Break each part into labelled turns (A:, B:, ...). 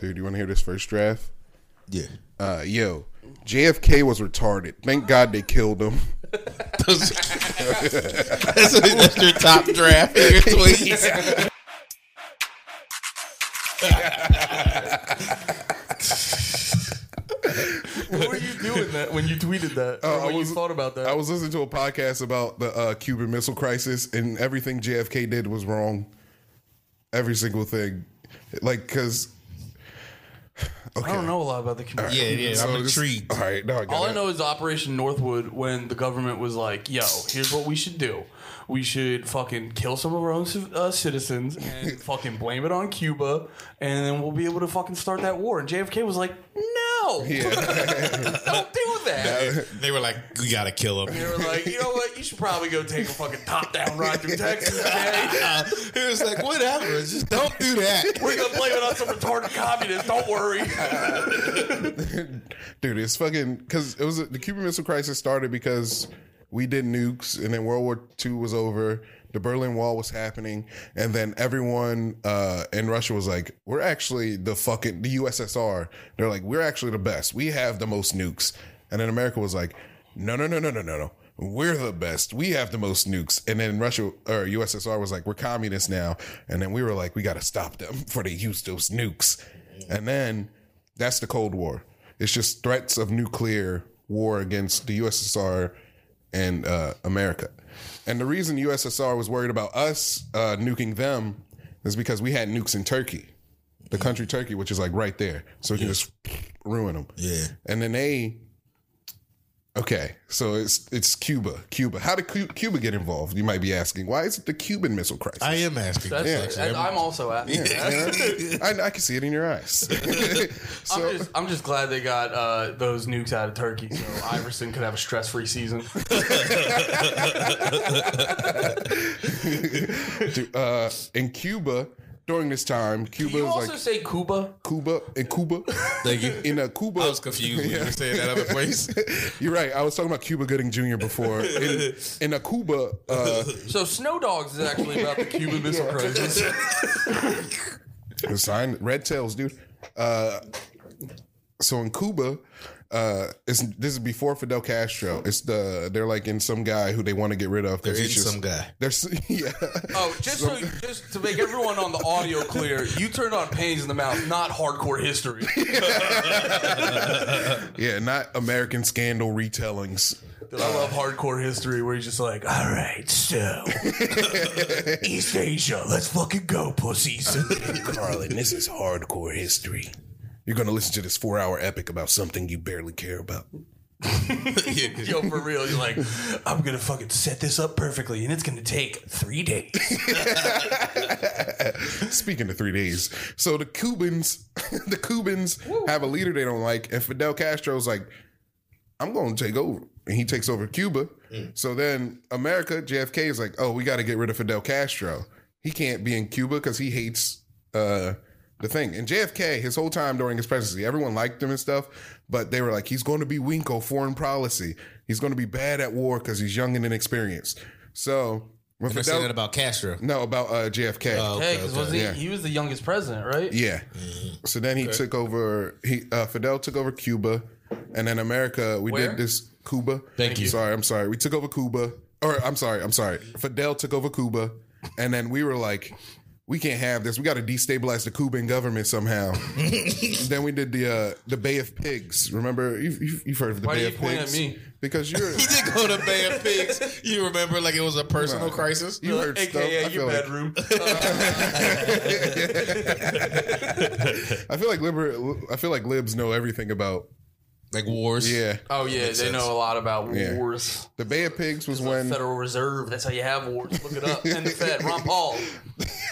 A: Dude, you want to hear this first draft?
B: Yeah.
A: Uh, yo, JFK was retarded. Thank God they killed him.
B: That's, that's your top draft here, please.
C: What were you doing that when you tweeted that? or
A: I
C: when
A: was-
C: you thought about that?
A: I was listening to a podcast about the uh, Cuban Missile Crisis, and everything JFK did was wrong. Every single thing, like because
C: I don't know a lot about the community.
B: Yeah, yeah. I'm intrigued.
A: All right, now I got
C: All I
A: it.
C: know is Operation Northwood when the government was like, yo, here's what we should do. We should fucking kill some of our own civ- uh, citizens and fucking blame it on Cuba, and then we'll be able to fucking start that war. And JFK was like, no, don't do that.
B: They were like, we gotta kill
C: They
B: him.
C: were like, you know what? You should probably go take a fucking top down ride through Texas, man.
B: Uh, it was like, whatever. Just don't do that.
C: We're gonna blame it on some retarded communist. Don't worry.
A: dude. It's fucking because it was the Cuban Missile Crisis started because we did nukes, and then World War II was over. The Berlin Wall was happening, and then everyone uh, in Russia was like, "We're actually the fucking the USSR." They're like, "We're actually the best. We have the most nukes." And then America was like, "No, no, no, no, no, no, no. We're the best. We have the most nukes." And then Russia or USSR was like, "We're communists now." And then we were like, "We got to stop them for they use those nukes." And then that's the Cold War. It's just threats of nuclear war against the USSR and uh, America. And the reason the USSR was worried about us uh, nuking them is because we had nukes in Turkey, the country Turkey, which is like right there. So we can just ruin them.
B: Yeah.
A: And then they. Okay, so it's it's Cuba. Cuba. How did Cu- Cuba get involved? You might be asking. Why is it the Cuban Missile Crisis?
B: I am asking.
C: That's,
B: questions.
C: and I'm also at.
A: I, I can see it in your eyes. so,
C: I'm just, I'm just glad they got uh, those nukes out of Turkey so Iverson could have a stress free season.
A: dude, uh, in Cuba during this time, Cuba
C: you
A: was
C: also
A: like
C: say Cuba?
A: Cuba in Cuba.
B: Thank you.
A: In a Cuba,
B: I was confused when you were saying that other place.
A: You're right. I was talking about Cuba Gooding Jr. before. In, in a Cuba, uh,
C: So Snow Dogs is actually about the Cuban Missile Crisis.
A: the sign red tails, dude. Uh, so in Cuba, uh, it's this is before Fidel Castro. It's the they're like in some guy who they want to get rid of. They're
B: He's some guy.
A: There's yeah.
C: Oh, just so, just to make everyone on the audio clear, you turned on Pains in the Mouth, not Hardcore History.
A: Yeah, not American Scandal retellings.
C: Dude, I love Hardcore History where he's just like, all right, so East Asia, let's fucking go, pussies.
A: Carlin, this is hardcore history. You're going to listen to this four hour epic about something you barely care about.
C: Yo, for real, you're like, I'm gonna fucking set this up perfectly, and it's gonna take three days.
A: Speaking of three days, so the Cubans, the Cubans have a leader they don't like, and Fidel Castro's like, "I'm going to take over," and he takes over Cuba.
B: Mm.
A: So then America, JFK is like, "Oh, we got to get rid of Fidel Castro. He can't be in Cuba because he hates uh, the thing." And JFK, his whole time during his presidency, everyone liked him and stuff, but they were like, "He's going to be Winko foreign policy. He's going to be bad at war because he's young and inexperienced." So. When
B: I
A: Fidel-
B: said that about Oh, Castro.
A: no, about uh, JFK.
C: Hey, because he,
A: Yeah.
C: he was the youngest president, right?
A: Yeah.
C: Mm-hmm.
A: So then he took over. He uh, Fidel took over Cuba, and then America. We
C: Where?
A: did this Cuba.
B: Thank you.
A: Sorry, I'm sorry. We took over Cuba, or I'm sorry, I'm sorry. Fidel took over Cuba, and then we were like, we can't have this. We got to destabilize the Cuban government somehow. then we did the uh, the Bay of Pigs. Remember, you've, you've, you've heard of the
C: Why
A: Bay
C: do you
A: of
C: point at
A: Pigs?
C: me?
A: Because you're
B: He did go to Bay of Pigs. You remember, like it was a personal crisis.
A: you heard stuff. I
C: AKA
A: feel
C: your
A: like-
C: bedroom.
A: I feel like liber- I feel like libs know everything about.
B: Like wars.
A: Yeah,
C: oh yeah, they know a lot about
A: Yeah.
C: wars.
A: the Bay of Pigs was when
C: Federal Reserve. That's how you have wars. Look it up. And the Fed. Ron Paul.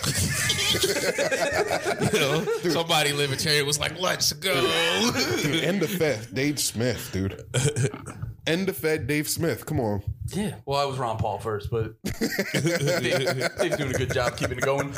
B: You know, somebody libertarian was like, "Let's go."
A: Dude, end the Fed, Dave Smith, dude. End the Fed, Dave Smith. Come on.
C: Yeah. Well, I was Ron Paul first, but Dave- Dave's doing a good job keeping it going.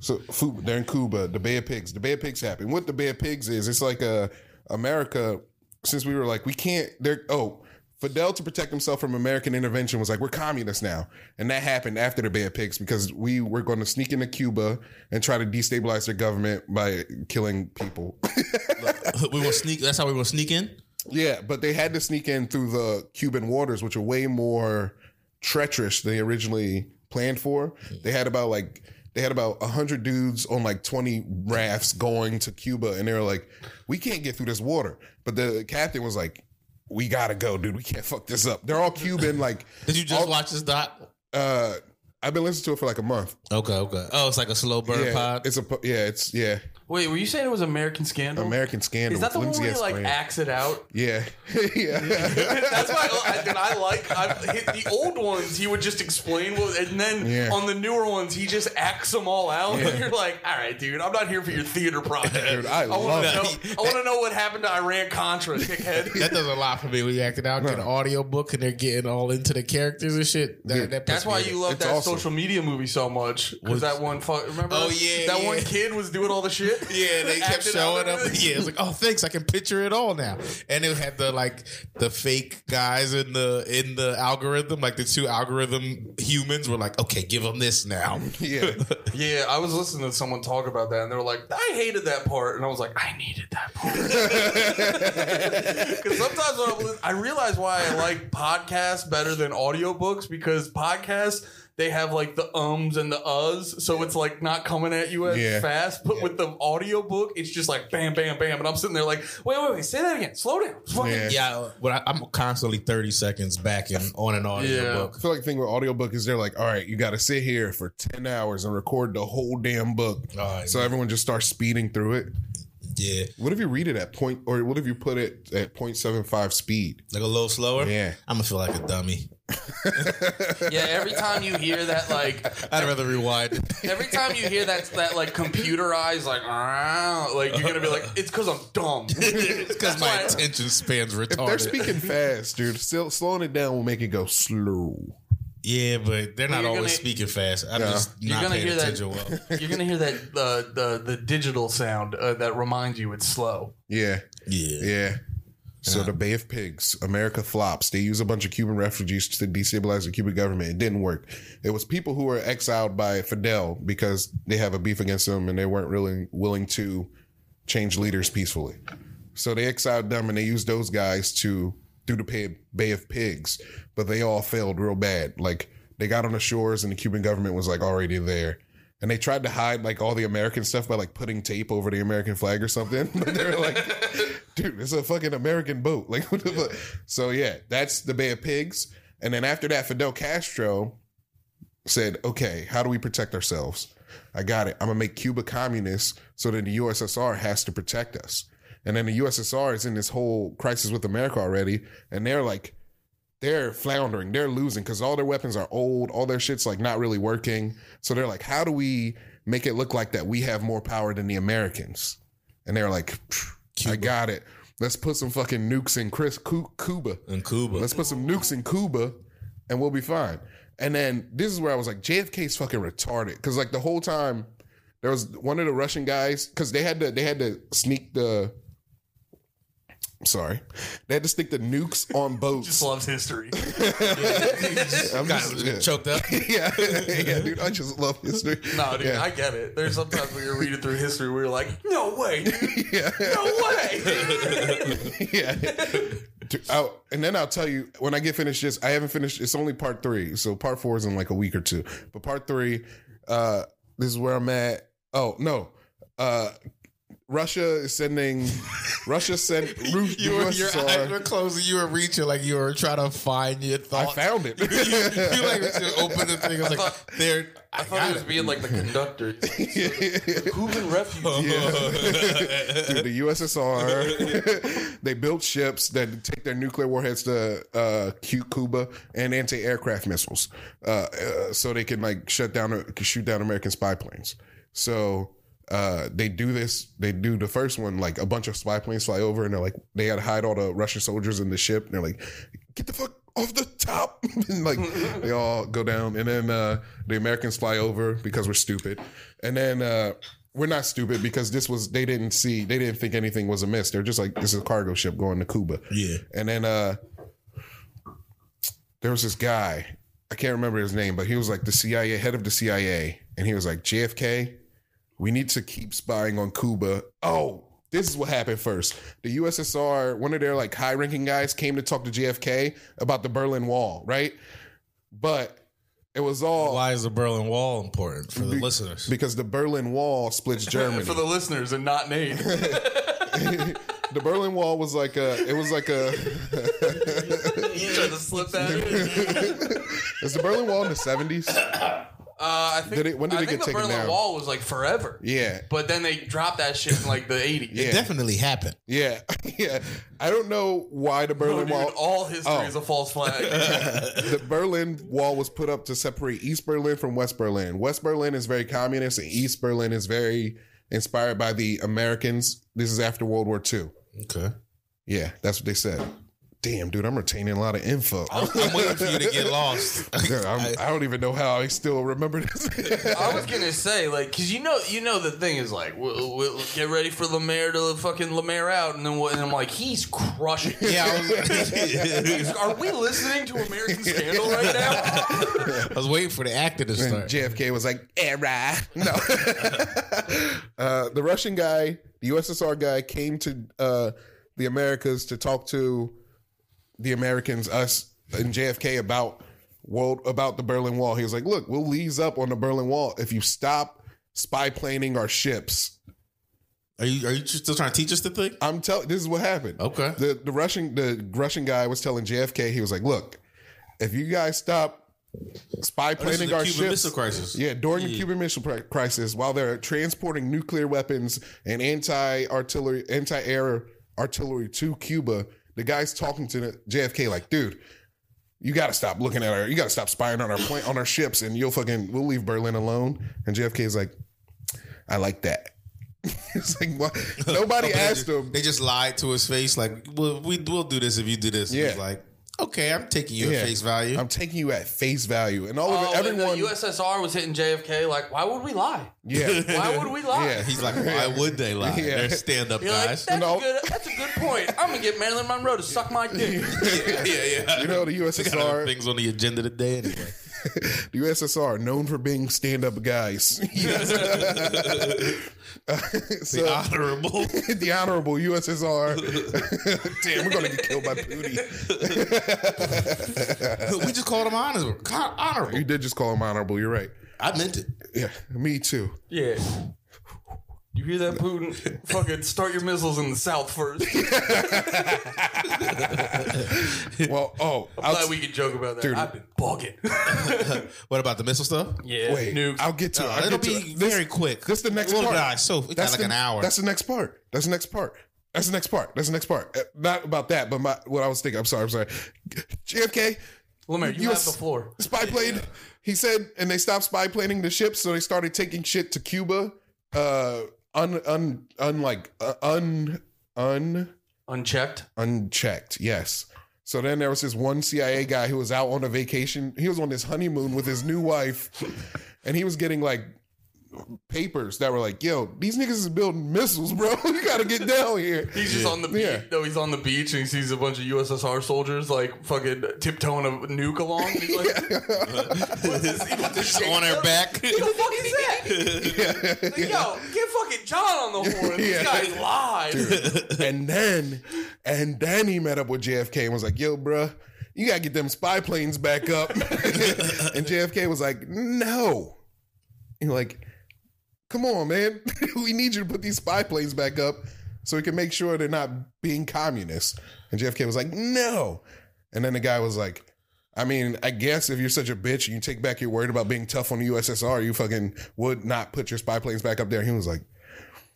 A: So food, they're in Cuba, the Bay of Pigs. The Bay of Pigs happened. What the Bay of Pigs is, it's like uh America, since we were like, we can't, they're, oh, Fidel, to protect himself from American intervention, was like, "We're communists now," and that happened after the Bay of Pigs because we were going to sneak into Cuba and try to destabilize their government by killing people.
B: we will sneak. That's how we will sneak in.
A: Yeah, but they had to sneak in through the Cuban waters, which are way more treacherous than they originally planned for. They had about like they had about hundred dudes on like twenty rafts going to Cuba, and they were like, "We can't get through this water." But the captain was like, "We gotta go, dude. We can't fuck this up." They're all Cuban. Like,
B: Did you just watch this doc?
A: uh, I've been listening to it for like a month.
B: Okay, okay. Oh, it's like a slow burn
A: yeah,
B: pod.
A: it's a po- yeah, it's yeah,
C: Wait, were you saying it was American Scandal?
A: American Scandal.
C: Is that the one
A: Lindsay
C: where you
A: S.
C: like
A: Graham.
C: axe it out?
A: yeah, yeah.
C: That's why I, and I like I, he- the old ones. He would just explain what, and then
A: Yeah.
C: on the newer ones, he just acts them all out. And you're like, all right, dude, I'm not here for your theater project.
A: Dude, I love
C: want to
A: it.
C: know. I want to know what happened to Iran Contra, dickhead.
B: That does a lot for me when you acted out get an audio book and they're getting all into the characters and shit. That, that puts
C: That's why
B: me in
C: you
B: it.
C: love
A: It's
C: that
A: awesome.
C: social media movie so much. Because that one, fu- remember?
B: Oh, yeah,
C: that
B: yeah.
C: one kid was doing all the shit.
B: Yeah, they kept
C: Acted out
B: showing up.
C: of it.
B: Yeah, it's like, oh, thanks, I can picture it all now. And it had the like the fake guys in the in the algorithm, like the two algorithm humans were like, okay, give them this now.
A: yeah.
C: Yeah, I was listening to someone talk about that, and they were like, "I hated that part," and I was like, "I needed that part." Because sometimes when I'm lis- I realize why I like podcasts better than audiobooks because podcasts they have like the ums and the uhs, so it's like not coming at you as
A: Yeah.
C: fast. But with the audiobook, it's just like bam, bam, bam, and I'm sitting there like, "Wait, wait, wait, say that again. Slow down." Fucking-
A: Yeah.
B: Yeah, but I, I'm constantly thirty seconds back and on and on in the
C: Yeah.
B: book.
A: I feel like the thing with audiobook is they're like, all right, you got to sit here for 10 hours and record the whole damn book.
B: All right.
A: So everyone just starts speeding through it.
B: Yeah,
A: What if you read it at point, or what if you put it at 0.75 speed?
B: like a little slower.
A: Yeah.
B: I'm gonna feel like a dummy.
C: yeah, every time you hear that, like
B: I'd rather rewind.
C: Every time you hear that that like computerized like "Ah," like you're gonna be like it's because I'm dumb.
B: because
C: That's
B: my
C: why-
B: attention span's retarded.
A: They're speaking fast, dude. Still slowing it down will make it go slow.
B: yeah, but they're not
C: you're
B: always
C: gonna-
B: speaking fast. I'm
A: Yeah.
B: just
C: You're
B: not
C: gonna
B: paying
C: hear that-
B: attention well.
C: You're gonna hear that uh, the the digital sound uh, that reminds you it's slow.
A: Yeah.
B: Yeah.
A: Yeah. So the Bay of Pigs, America flops. They use a bunch of Cuban refugees to destabilize the Cuban government. It didn't work. It was people who were exiled by Fidel because they have a beef against him and they weren't really willing to change leaders peacefully. So they exiled them and they used those guys to through the Bay- Bay of Pigs, but they all failed real bad. Like they got on the shores and the Cuban government was like already there. And they tried to hide like all the American stuff by like putting tape over the American flag or something. But they were like, dude, it's a fucking American boat. Like, what the fuck? So yeah, that's the Bay of Pigs. And then after that, Fidel Castro said, okay, how do we protect ourselves? I got it. I'm gonna make Cuba communist so that the USSR has to protect us. And then the USSR is in this whole crisis with America already, and they're like, they're floundering, they're losing because all their weapons are old, all their shit's like not really working. So they're like, how do we make it look like that we have more power than the Americans? And they're like, I got it. Let's put some fucking nukes in Chris Cu- Cuba.
B: In Cuba.
A: Let's put some nukes in Cuba and we'll be fine. And then this is where I was like, JFK's fucking retarded. Cause like the whole time there was one of the Russian guys, because they had to they had to sneak the sorry. They had to stick the nukes on boats.
C: Just loves history.
A: I'm
B: Got
A: just- yeah.
B: choked up.
A: yeah, yeah, dude. I just love history.
C: No, dude,
A: yeah.
C: I get it. There's sometimes when you're reading through history where you're like, no way, dude,
A: yeah.
C: no way.
A: yeah. Dude, I'll- and then I'll tell you when I get finished this. I haven't finished. It's only part three, so part four is in like a week or two. But part three, uh, this is where I'm at. Oh no, uh, Russia is sending. Russia sent. Ru- the
B: You were, your eyes
A: USSR.
B: were closing. You were reaching like you were trying to find your
A: I
B: thoughts.
A: found it.
B: you like just open the thing. I was like, there. I,
C: I thought he
B: got
C: was
B: it.
C: being like the conductor. He's like, Cuban refugee.
A: Dude, the USSR. they built ships that take their nuclear warheads to uh, Cu- Cuba and anti-aircraft missiles, uh, uh, so they can like shut down, shoot down American spy planes. So uh, they do this. They do the first one. Like a bunch of spy planes fly over, and they're like, they gotta hide all the Russian soldiers in the ship. And they're like, get the fuck off the top and like they all go down and then uh the americans fly over because we're stupid and then uh we're not stupid because this was they didn't see they didn't think anything was amiss they're just like this is a cargo ship going to cuba
B: Yeah.
A: and then uh there was this guy. I can't remember his name, but he was like the CIA head of the CIA, and he was like JFK. We need to keep spying on Cuba. Oh, this is what happened first. The USSR, one of their like high-ranking guys, came to talk to JFK about the Berlin Wall, right? But it was all
B: Why is the Berlin Wall important for the listeners?
A: because the Berlin Wall splits Germany.
C: For the listeners and not Nate.
A: the Berlin Wall was like a. It was like a.
C: you trying to slip that in?
A: Is the Berlin Wall in the seventies?
C: Uh, I think,
A: Did it- when did
C: I
A: it
C: think
A: get
C: the
A: taken
C: Berlin
A: down?
C: Wall was like forever.
A: Yeah,
C: But then they dropped that shit in like the 80s.
A: Yeah.
B: Definitely happened.
A: yeah, yeah. I don't know why the
C: No,
A: Berlin
C: Oh, dude,
A: Wall.
C: all history
A: Oh.
C: is a false flag.
A: the Berlin Wall was put up to separate East Berlin from West Berlin. West Berlin is very communist, and East Berlin is very inspired by the Americans. This is after World War II.
B: Okay.
A: Yeah, that's what they said. Damn, dude, I'm retaining a lot of info.
B: I'm waiting for you to get lost.
A: Dude, I'm, I don't even know how I still remember this.
C: I was gonna say like, cause you know, you know, the thing is like, we'll, we'll get ready for Lemaire to fucking Lemaire out, and then what? And I'm like, he's crushing. it.
B: yeah, I was,
C: Are we listening to American Scandal right now?
B: I was waiting for the actor to
A: And
B: start.
A: JFK was like, era. No. uh, the Russian guy, the USSR guy, came to uh, the Americas to talk to the Americans, us, and JFK about world about the Berlin Wall. He was like, look, we'll lease up on the Berlin Wall if you stop spy planing our ships.
B: Are you are you still trying to teach us the thing?
A: I'm telling this is what happened.
B: Okay.
A: The the Russian the Russian guy was telling JFK, he was like, look, if you guys stop spy
B: Oh, This
A: planning
B: is the
A: our
B: Cuban
A: ships.
B: Missile Crisis.
A: Yeah, during the Cuban Missile Pri- Crisis, while they're transporting nuclear weapons and anti-artillery, anti-air artillery to Cuba, the guy's talking to the JFK like, "Dude, you got to stop looking at our, you got to stop spying on our plant, on our ships, and you'll fucking, we'll leave Berlin alone." And JFK's like, "I like that." it's like why nobody
B: They
A: asked
B: just-
A: him.
B: They just lied to his face, like, "Well, we will do this if you do this." And
A: Yeah.
B: He's like, "Okay, I'm taking you
A: Yeah.
B: at face value."
A: I'm taking you at face value, and all
C: Oh,
A: of it,
C: when
A: everyone.
C: the USSR was hitting JFK. Like, why would we lie?
A: yeah,
C: Why would we lie?
A: Yeah.
B: He's like, "Why would they lie?
A: Yeah.
B: They're stand up
C: You're like,
B: guys."
C: that's,
A: No.
C: a good, that's a good point. I'm gonna get Marilyn Monroe to suck my dick.
B: yeah, yeah, yeah.
A: you know the
B: They got other
A: USSR.
B: things on the agenda today anyway.
A: The USSR, known for being stand-up guys. so,
B: the honorable.
A: the honorable USSR. Damn, we're gonna get killed by Pooty.
B: we just called him honorable. Con- Honorable.
A: You did just call him honorable. You're right.
B: I meant it.
A: Yeah, me too.
C: Yeah. You hear that, Putin? Fucking start your missiles in the south first.
A: Well, oh,
C: I'm
A: I'll,
C: glad we can joke about that.
A: Dude.
C: I've been bugging.
B: What about the missile stuff?
C: yeah,
A: wait.
C: nukes.
A: I'll get to it. I'll
B: Uh, It'll
A: get to
B: be
A: it.
B: very quick.
A: That's the next
B: Well,
A: part.
B: nah, so we got like
A: the,
B: an hour.
A: That's the next part. That's the next part. That's the next part. That's the next part. Uh, Not about that, but my what I was thinking. I'm sorry. I'm sorry. JFK.
C: Lemaire, you
A: US
C: have the floor.
A: Spy plane. He said, and they stopped spy planing the ships, so they started taking shit to Cuba. Uh, un, un, un, like, uh, un, un,
C: Unchecked.
A: unchecked. Yes. So then there was this one CIA guy who was out on a vacation. He was on his honeymoon with his new wife, and he was getting like papers that were like, "Yo, these niggas is building missiles, bro. You gotta get down here."
C: He's just on the beach.
A: Yeah.
C: No, he's on the beach and he sees a bunch of USSR soldiers like fucking tiptoeing a nuke along. And he's like, what's this? He puts his
B: Just
C: shake
B: on our
C: up.
B: back.
C: Who the fuck is that? Like, Yo, get fucking John on the horn. This
A: Yeah.
C: guy's live.
A: and then, and then he met up with JFK and was like, "Yo, bruh, you gotta get them spy planes back up." and JFK was like, "No." You're like, "Come on, man. we need you to put these spy planes back up so we can make sure they're not being communists." And JFK was like, "No." And then the guy was like, I mean, I guess if you're such a bitch and you take back your word about being tough on the USSR, you fucking would not put your spy planes back up there. He was like,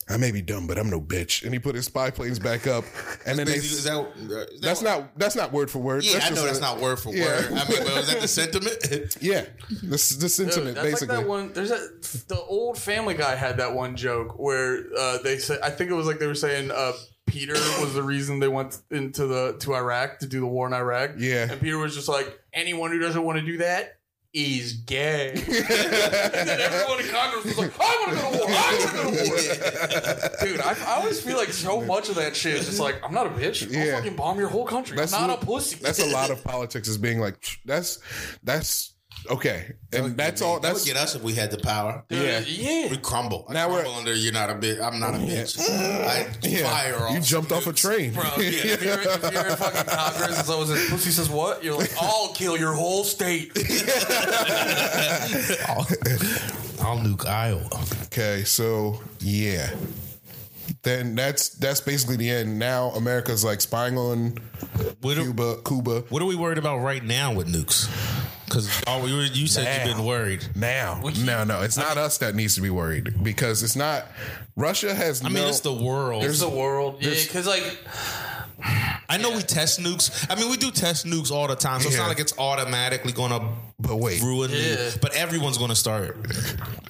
A: I may be dumb, but I'm no bitch. And he put his spy planes back up. And then they,
B: Is that, is that
A: that's not that's not word for word.
B: Yeah, I know
A: just
B: that's
A: a-
B: not word for
A: Yeah.
B: word. I mean, but was that the sentiment?
A: Yeah, this is the
C: Dude,
A: sentiment
C: that's
A: basically.
C: like that one. There's a the old Family Guy had that one joke where uh, they said I think it was like they were saying uh, Peter was the reason they went into the to Iraq to do the war in Iraq.
A: Yeah.
C: and Peter was just like anyone who doesn't want to do that is gay. and then everyone in Congress was like, I want to go to war. I want to go to war. Dude, I, I always feel like so much of that shit is just like, I'm not a bitch. I'll
A: Yeah.
C: fucking bomb your whole country.
A: That's
C: I'm not
A: what-
C: a pussy.
A: That's a lot of politics is being like that's that's okay, and that's all.
B: That would
A: That's
B: get us if we had the power.
A: yeah.
C: Dude, yeah.
B: We crumble. I
A: Now we're-
B: crumble under you're not a bitch. I'm not a bitch. I
A: Yeah.
B: fire off.
A: You jumped off a train.
C: Bro, yeah, if, you're, if you're in fucking Congress and someone says, pussy says what? You're like, I'll kill your whole state.
B: I'll nuke Iowa.
A: Okay, so yeah. Then that's that's basically the end. Now America's like spying on
B: What are,
A: Cuba, Cuba.
B: what are we worried about right now with nukes? Because you, were- you said you've been worried.
A: Now, no, no, it's not us that needs to be worried because it's not. Russia has.
B: I mean, it's the world.
C: It's the world. Yeah, because like,
B: I know we test nukes. I mean, we do test nukes all the time, so it's
A: Yeah.
B: not like it's automatically going to
A: But wait,
B: ruin
C: Yeah.
B: the. But everyone's going to start.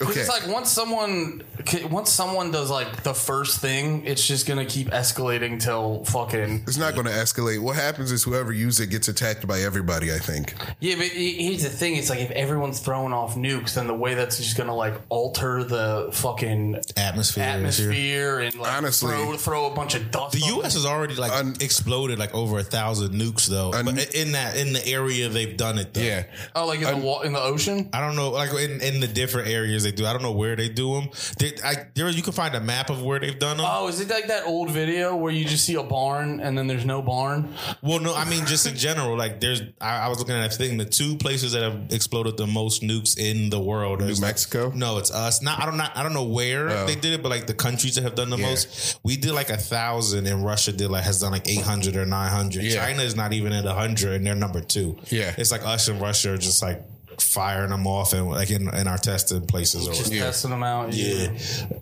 A: okay.
C: It's like once someone once someone does like the first thing, it's just gonna keep escalating till fucking
A: It's not going to escalate. What happens is whoever uses it gets attacked by everybody. I think.
C: yeah. But he- here's the thing: it's like if everyone's throwing off nukes, then the way that's just gonna like alter the fucking
B: Atmosphere.
C: atmosphere and like
A: Honestly.
C: throw, throw a bunch of dust.
B: The
C: on
B: U.S. has already like
A: Un-
B: exploded like over a thousand nukes though,
A: Un-
B: but in that in the area they've done it though.
A: Yeah,
C: oh, like in the wa- in the ocean.
B: I don't know, like in, in the different areas they do. I don't know where they do them. They, I, there, you can find a map of where they've done them.
C: Oh, is it like that old video where you just see a barn and then there's no barn?
B: well, no, I mean just in general. Like there's, I, I was looking at a thing. The two places that have exploded the most nukes in the world.
A: New
B: is like-
A: Mexico.
B: no, it's us. Not I don't not I don't know where
A: Oh.
B: they did it, but like the countries that have done the most. We did like a thousand, and Russia did like has done like eight hundred or nine hundred.
A: Yeah.
B: China is not even at hundred, and they're number two.
A: Yeah.
B: it's like us and Russia are just like firing them off, and like in, in our testing places. Or
C: Just
B: whatever.
C: testing them out.
B: Yeah,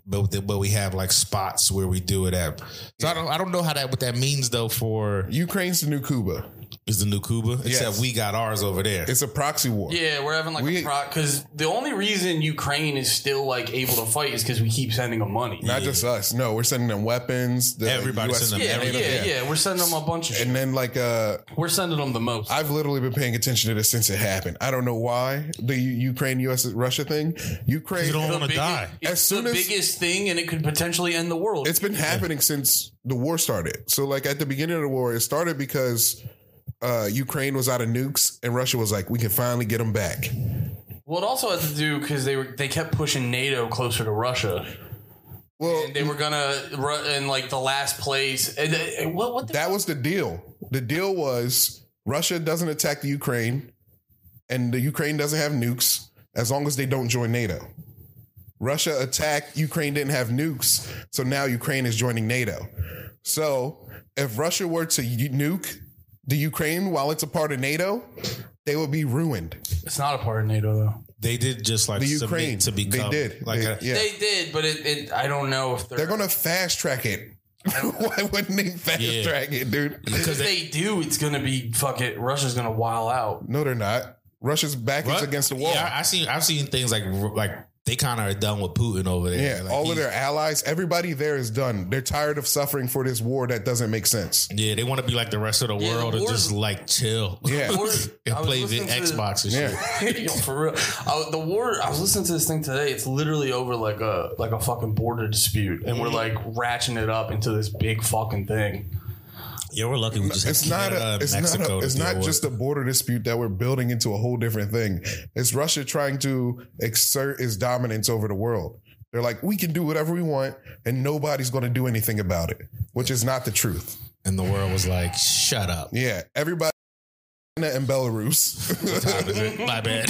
B: but the- but we have like spots where we do it at. So I don't I don't know how that what that means though. For
A: Ukraine's the new Cuba.
B: is the new Cuba, except
A: Yes.
B: we got ours over there.
A: It's a proxy war.
C: Yeah, we're having like
A: We-
C: a pro because the only reason Ukraine is still like able to fight is because we keep sending them money.
A: Not just us. No, we're sending them weapons. The
B: Everybody's
A: US
B: sending them
C: yeah, yeah,
B: everything.
C: yeah, We're sending them a bunch of shit.
A: And then like uh
C: We're sending them the most.
A: I've literally been paying attention to this since it happened. I don't know why the Ukraine US Russia thing.
B: you
A: Ukraine
B: don't want to
C: biggest-
B: die.
C: It's
A: As soon
C: the
A: as-
C: biggest thing, and it could potentially end the world.
A: it's been happening since the war started. So like at the beginning of the war it started because uh Ukraine was out of nukes and Russia was like we can finally get them back.
C: well, it also had to do because they were they kept pushing NATO closer to Russia.
A: Well,
C: And they were gonna run in like the last place. And, and what what the
A: that was the deal. The deal was Russia doesn't attack the Ukraine, and the Ukraine doesn't have nukes as long as they don't join NATO. Russia attacked Ukraine didn't have nukes, so now Ukraine is joining NATO. So if Russia were to u- nuke the Ukraine while it's a part of NATO, they would be ruined.
C: it's not a part of NATO though.
B: They did just like
A: The
B: submit
A: Ukraine,
B: to become.
A: they did.
B: Like
A: They-
B: a-
A: yeah.
C: They did, but it, it I don't know if they're,
A: They're gonna fast track it. Why wouldn't they fast
B: Yeah.
A: track it, dude?
C: If they do, it's gonna be fuck it. Russia's gonna wild out.
A: No, they're not. Russia's back is
B: Ru-
A: against the wall.
B: Yeah, I- I've seen I've seen things like like they kind of are done with Putin over there.
A: Yeah,
B: Like,
A: all of
B: he's-
A: their allies, everybody there is done. They're tired of suffering for this war that doesn't make sense.
B: Yeah, they want to be like the rest of the
C: the
B: world and
C: wars-
B: just like chill.
A: Yeah.
C: Or-
B: and
C: I was
B: play the
C: listening to-
B: Xbox and shit.
A: Yeah,
C: Yo, for real. I, was- the war. I was listening to this thing today. It's literally over like a like a fucking border dispute, and we're like ratcheting it up into this big fucking thing.
B: Yeah, we're lucky we just
A: it's not
B: uh,
A: a, it's not a, it's not just a border dispute that we're building into a whole different thing. It's Russia trying to exert its dominance over the world. They're like, we can do whatever we want, and nobody's going to do anything about it, which is not the truth.
B: and the world was like, shut up.
A: Yeah, everybody. China And Belarus.
B: My bad.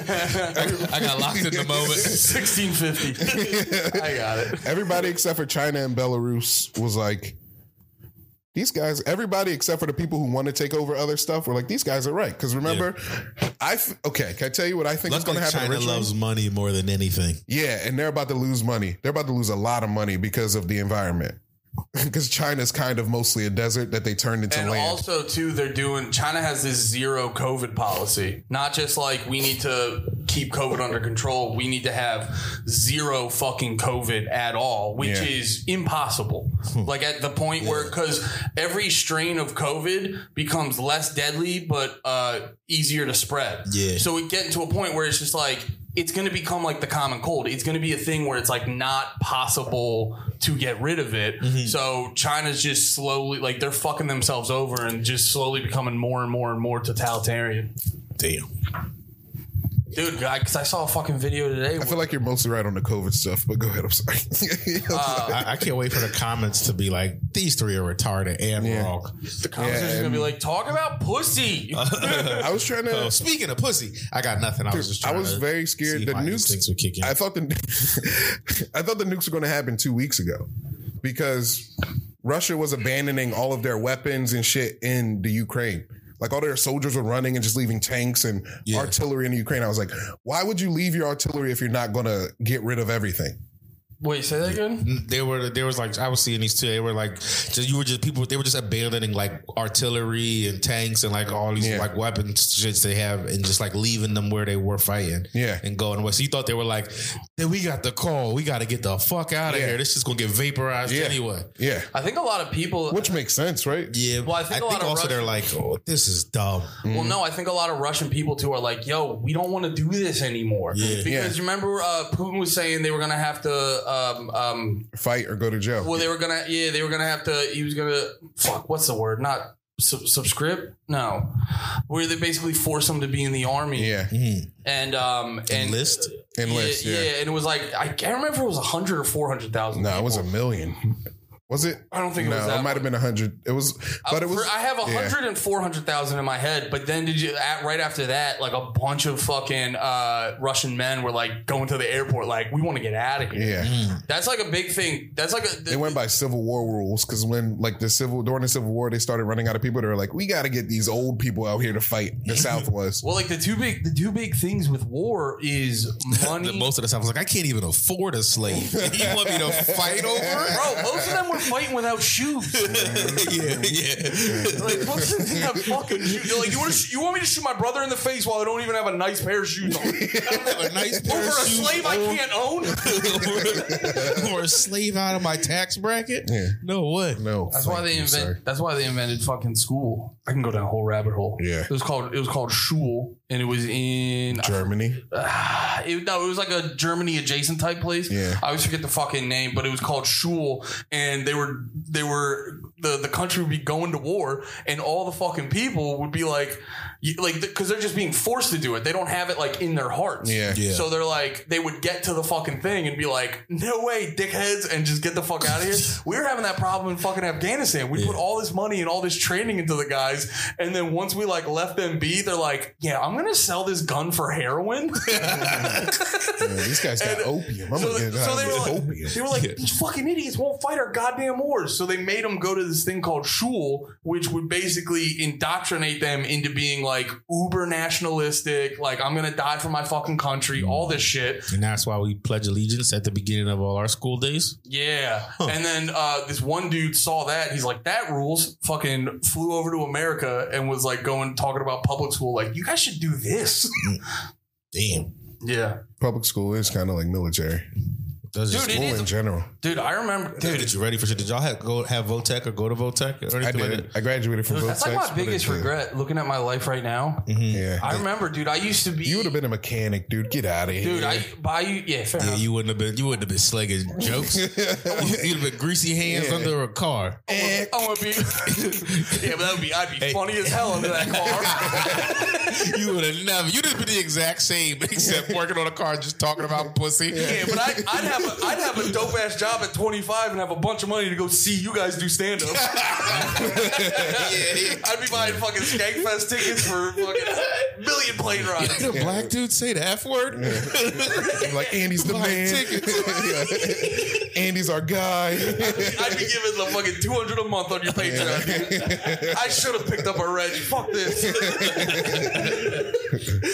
B: I got locked in the moment.
C: Sixteen fifty. I got it.
A: Everybody except for China and Belarus was like, these guys, everybody except for the people who want to take over other stuff were like, these guys are right. Because remember, I, f- okay, can I tell you what I think is
B: Luckily,
A: going to happen to
B: China
A: Richmond?
B: loves money more than anything.
A: yeah, and they're about to lose money. They're about to lose a lot of money because of the environment. Because China's kind of mostly a desert that they turned into
C: And
A: land.
C: also too, they're doing. China has this zero COVID policy, not just like we need to keep COVID under control, we need to have zero fucking COVID at all, which
A: Yeah.
C: is impossible. like at the point where, because every strain of COVID becomes less deadly but uh, easier to spread.
B: Yeah.
C: So we get to a point where it's just like, it's going to become like the common cold. It's going to be a thing where it's like not possible to get rid of it.
B: Mm-hmm.
C: So China's just slowly like they're fucking themselves over and just slowly becoming more and more and more totalitarian.
B: Damn.
C: Dude, because I saw a fucking video today.
A: I feel like you're mostly right on the COVID stuff, but go ahead. I'm sorry.
B: I, I can't wait for the comments to be like, these three are retarded and wrong.
C: the conversation's gonna be like, talk about pussy.
B: Uh-huh.
A: I was trying to.
B: So speaking of pussy, I got nothing. I was just
A: I
B: trying
A: was
B: to
A: very scared
B: see
A: the
B: why these
A: nukes
B: things would kick in.
A: I thought the I thought the nukes were going to happen two weeks ago because Russia was abandoning all of their weapons and shit in the Ukraine. Like all their soldiers were running and just leaving tanks and artillery in the Ukraine. I was like, why would you leave your artillery if you're not going to get rid of everything?
C: Wait, say that again.
B: they were there was like I was seeing these two. They were like just you were just people. They were just abandoning like artillery and tanks and like all these
A: Yeah.
B: like weapons shits they have and just like leaving them where they were fighting.
A: Yeah.
B: and going away. So you thought they were like, "Hey, we got the call. We got to get the fuck out of
A: Yeah.
B: here. This is gonna get vaporized
A: Yeah.
B: anyway."
A: Yeah,
C: I think a lot of people.
A: which makes sense, right?
B: Yeah.
C: Well, I think a lot of
B: also they're like, "Oh, this is dumb."
C: Well, no, I think a lot of Russian people too are like, "Yo, we don't want to do this anymore."
B: Yeah.
C: Because remember, uh, Putin was saying they were gonna have to. Um, um,
A: Fight or go to jail.
C: well, they were gonna. Yeah, they were gonna have to. He was gonna. Fuck. What's the word? Not sub- subscript. No, where they basically force them to be in the army.
A: yeah,
C: And um and
B: Enlist?
A: enlist.
C: Yeah,
A: Yeah,
C: yeah. and it was like I can't remember if it was hundred or four hundred thousand.
A: no, it was a million. Was it?
C: I don't think it
A: no,
C: was that
A: it might have been a hundred. It was, but it was.
C: I have a
A: yeah.
C: hundred and four hundred thousand in my head, but then did you at, right after that, like a bunch of fucking uh, Russian men were like going to the airport, like we want to get out of here.
A: Yeah.
C: That's like a big thing. That's like a
A: They went by Civil War rules because when like the civil during the Civil War they started running out of people. They were like, we got to get these old people out here to fight. The South was
C: well, like the two big the two big things with war is money.
B: The- most of the time, I was like, "I can't even afford a slave. you want me to fight over?"
C: Bro, most of them were fighting without shoes.
B: yeah, yeah.
C: Like, most of them have fucking shoes. They're like, you want, to sh- you want me to shoot my brother in the face while I don't even have a nice pair of shoes on?
B: Have a nice pair
C: Over
B: of
C: a
B: shoes
C: slave I
B: on.
C: can't own?
B: or a slave out of my tax bracket?
A: Yeah.
B: No, what?
A: no.
C: That's why they invent. That's why they invented fucking school. I can go down a whole rabbit hole.
A: Yeah.
C: it was called it was called Schule, and it was in
A: Germany.
C: ah, it, no, it was like a Germany adjacent type place.
A: Yeah.
C: I always forget the fucking name, but it was called Schule, and they were they were the the country would be going to war, and all the fucking people would be like, you- like because they're just being forced to do it. They don't have it like in their hearts.
A: Yeah.
B: Yeah.
C: So they're like, they would get to the fucking thing and be like, no way, dickheads, and just get the fuck out of here. we were having that problem in fucking Afghanistan. We put all this money and all this training into the guys. And then once we like left them be, they're like, yeah, I'm going to sell this gun for heroin.
A: Yeah, these guys got
C: And- uh,
A: opium. I'm
C: so,
A: gonna get
C: so
A: out
C: they were
A: of
C: like,
A: opium.
C: they were like, these fucking idiots won't fight our goddamn wars. So they made them go to this thing called shul, which would basically indoctrinate them into being like uber nationalistic, like I'm gonna die for my fucking country, all this shit.
B: And that's why we pledge allegiance at the beginning of all our school days.
C: Yeah. And then uh, this one dude saw that. He's like, that rules. Fucking flew over to America and was like going talking about public school. Like, you guys should do this.
B: Damn.
C: Yeah,
A: Public school is kind of like military.
B: That's
C: Dude,
B: just
C: it
A: School
C: is-
A: in general.
C: dude. I remember,
B: Dude,
C: dude.
B: Did you ready for shit? Did y'all have, go have Votech or go to Votech or anything
A: I did
B: like
A: it. I graduated from both
C: That's like
A: sides,
C: my
A: but it
C: biggest
A: did.
C: regret looking at my life right now.
B: that? Mhm.
A: Yeah.
C: I remember, dude. I used to be.
A: you would have been a mechanic, dude. Get out of here.
C: dude. I buy you. Yeah, fair
B: Yeah,
C: enough.
B: you wouldn't have been. You wouldn't have been slugging jokes. You- You'd have been greasy hands
A: Yeah.
B: under a car.
A: Eh,
C: I want to be. yeah, but that would be. I'd be funny as hell under that car.
B: You would have never. You'd have been the exact same, except working on a car, just talking about pussy.
C: yeah, but I, I'd have a, I'd have a dope ass job at 25 and have a bunch of money to go see you guys do stand up. I'd be buying fucking Skankfest tickets for fucking million plane rides.
B: Did a black dude say the f word?
A: like Andy's the
B: Buy
A: man. Yeah. Andy's our guy.
C: I'd be giving the fucking 200 a month on your Patreon. I should have picked up a red. Fuck this.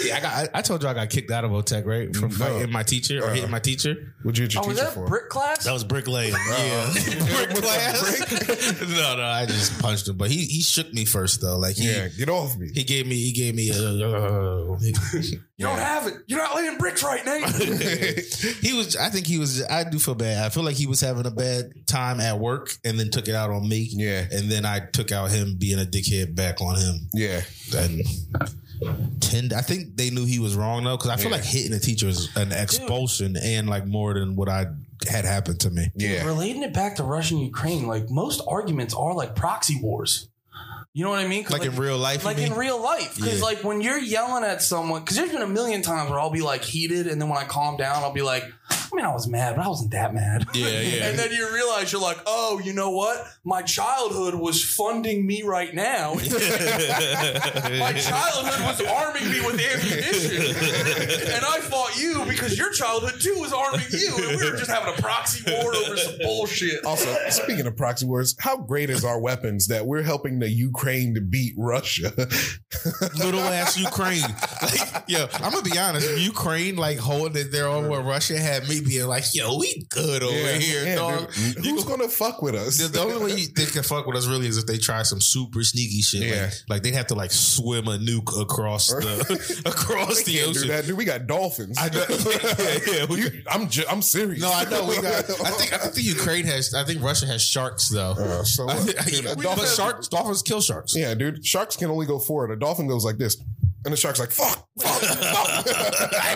B: Yeah, I got. I, I told you I got kicked out of OTEC, right? From
A: No. Uh-huh.
B: fighting my teacher or hitting my teacher.
A: Would you your
C: Oh, was
A: teacher
C: that
A: for?
C: brick class?
D: That was bricklaying.
B: Yeah.
A: Uh-huh.
B: brick class. no, no, I just punched him, but he he shook me first though. Like he
A: yeah, get off me.
B: he gave me he gave me a.
C: you don't have it. You're not laying bricks right, Nate.
B: he was. I think he was. I do feel bad. I feel like he was having a bad time at work, and then took it out on me.
A: Yeah.
B: and then I took out him being a dickhead back on him.
A: Yeah,
B: And ten, I think they knew he was wrong though, because I feel
A: Yeah.
B: like hitting a teacher is an expulsion and like more than what I had happened to me.
A: yeah,
C: Relating it back to Russia and Ukraine, like most arguments are like proxy wars. You know what I mean? 'Cause,
B: Like, in real life,
C: like in real life because
B: Yeah.
C: like when you're yelling at someone because there's been a million times where i'll be like heated and then when i calm down i'll be like i mean i was mad but i wasn't that mad
B: Yeah, yeah.
C: and then you realize you're like oh you know what my childhood was funding me right now my childhood was arming me with ammunition and i fought you because your childhood too was arming you and we were just having a proxy war over some bullshit
A: Also, speaking of proxy wars, how great is our weapons that we're helping the Ukraine to beat Russia?
B: little ass Ukraine. Like, yo, I'm gonna be honest. Ukraine, like holding it there on where Russia had me being like, yo, we good over here,
A: Yeah,
B: dog.
A: dude. Who's gonna fuck with us?
B: The, the only way you- they can fuck with us really is if they try some super sneaky shit. Like-
A: Yeah.
B: Like, they'd have to like swim a nuke across the across the
A: Can't do
B: ocean.
A: that, dude. We got dolphins.
B: I know. yeah, yeah, we-
A: You- I'm ju- I'm serious.
B: no, I know we got. I think I think the Ukraine has. I think Russia has sharks though.
A: Uh, so
B: I
A: what?
B: think-
A: Dude, a
B: but
A: dolphin-
B: sharks, dolphins kill sharks.
A: Yeah, dude. Sharks can only go forward. A dolphin goes like this, and the shark's like fuck. fuck, fuck.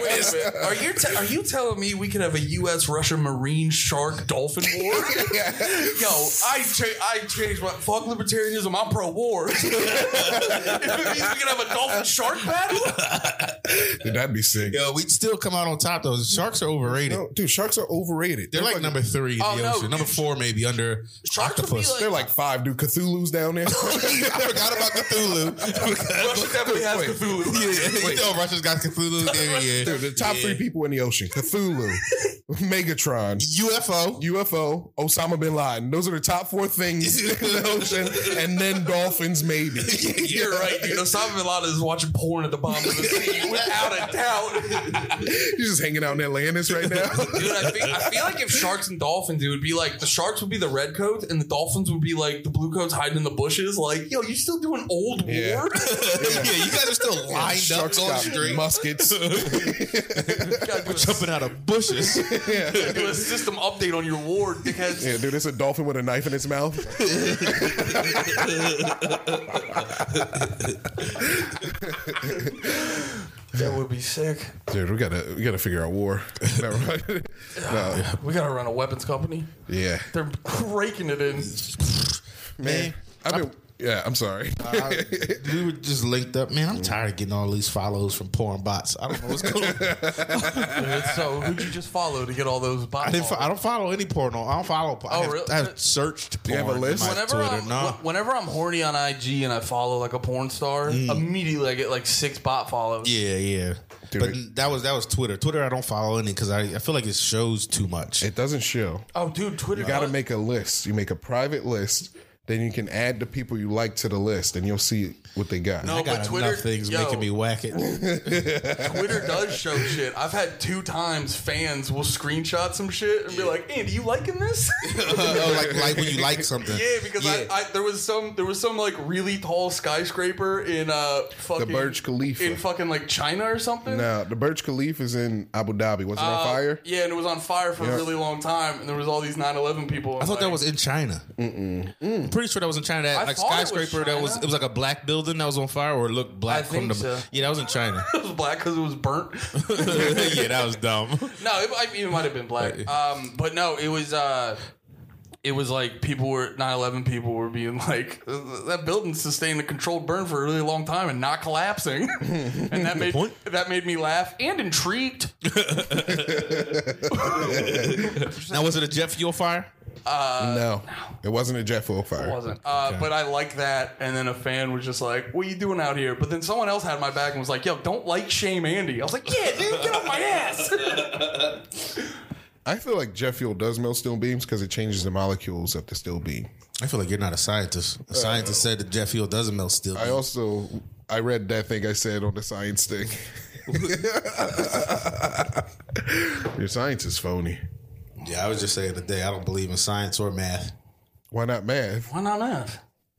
C: Wait a minute. Are you te- are you telling me we could have a U.S. Russia Marine shark dolphin war? Yo, I cha- I changed my fuck libertarianism. I'm pro war. if it means we can have a dolphin shark battle,
A: Dude, that'd be sick.
B: Yo, we'd still come out on top though. Sharks are overrated.
A: No, dude, sharks are overrated.
B: They're like number three in
C: Oh,
B: the
C: no,
B: ocean. Number
C: dude.
B: four, maybe under
C: Sharks would be
B: octopus.
A: They're like five, dude. Cthulhu's down there.
B: I forgot about Cthulhu.
C: Russia definitely has
A: wait.
C: Cthulhu.
B: you know, Russia's got Cthulhu. Yeah, yeah.
A: Dude, the top three people in the ocean: Cthulhu, Megatron,
B: UFO.
A: UFO, Osama bin Laden. Those are the top four things in the ocean, and then dolphins, maybe.
C: You're right, dude. Osama bin Laden is watching porn at the bottom of the sea, without a doubt.
A: You're just hanging out in Atlantis right now.
C: Dude, I, think, I feel like if sharks and dolphins, it would be like the sharks would be the red coats and the dolphins would be like the blue coats hiding in the bushes. Like, yo, you still doing old
A: Yeah.
C: war?
B: Yeah. you guys are still lined
A: Sharks
B: up on the
A: got
B: street.
A: muskets.
C: Gotta do a-
B: Jumping out of bushes.
A: yeah.
C: do a system update on your ward, dickheads.
A: yeah, dude, it's a dolphin with a knife in its mouth.
C: That would be sick.
A: Dude, we gotta we gotta figure out war. Never mind. no,
C: We gotta run a weapons company.
A: yeah,
C: They're raking it in.
A: man. I've been. Yeah, I'm sorry.
B: I- we were just linked up. Man, I'm tired of getting all these follows from porn bots. I don't know what's going on.
C: so who'd you just follow to get all those
B: I,
C: bot
B: didn't, fo- I don't follow any porn. on- I don't follow porn.
C: Oh,
B: I, have,
C: really?
B: I have searched
A: you
B: porn
A: have a
B: on
A: list?
B: my
C: Whenever
B: Twitter.
C: I'm,
B: No.
C: wh- whenever I'm horny on IG and I follow like a porn star, immediately I get like six bot follows.
B: Mm. Yeah, yeah.
A: Dude.
B: But that was that was Twitter. Twitter, I don't follow any because I, I feel like it shows too much.
A: It doesn't show.
C: Oh, dude, Twitter.
A: You got to make a list. You make a private list, then you can add the people you like to the list, and you'll see what they got.
C: No,
B: I got
C: but
B: enough
C: Twitter-
B: things
C: yo.
B: making me whack it.
C: Twitter does show shit. I've had two times fans will screenshot some shit and be like, "Andy, you liking this?"
B: oh, like, like when you like something.
C: Yeah, because I, I there was some there was some like really tall skyscraper in uh fucking
A: Burj Khalifa.
C: in fucking like China or something.
A: Now, the Burj Khalifa is in Abu Dhabi. Was it on fire?
C: Yeah, and it was on fire for a really long time, and there was all these 9/11 people.
B: I thought that was in China. Mm-mm. I'm pretty sure that was in China. That
C: I
B: like
C: thought it was
B: skyscraper that was
C: China.
B: it was like a black building that was on fire or it looked black
C: I
B: from
C: think
B: the
C: so.
B: yeah that was in China.
C: it was black because it was burnt.
B: yeah, that was dumb.
C: no, it, I mean, it might have been black. Um, but no, it was. uh it was like people were 9-11 people were being like that building sustained a controlled burn for a really long time and not collapsing and that made
B: point.
C: that made me laugh and intrigued
B: now was it a jet fuel fire?
A: no. It wasn't a jet fuel fire.
C: It wasn't. Uh, But I like that. And then a fan was just like, "What you doing out here?" But then someone else had my back and was like, "Yo, don't like shame Andy." I was like, "Yeah, dude, get off my ass."
A: I feel like jet fuel does melt steel beams because it changes the molecules of the steel beam.
B: I feel like you're not a scientist. A scientist said that jet fuel doesn't melt steel.
A: I also I read that thing I said on the science thing. Your science is phony.
B: Yeah, I was just saying today, I don't believe in science or math.
A: Why not math?
C: Why not math?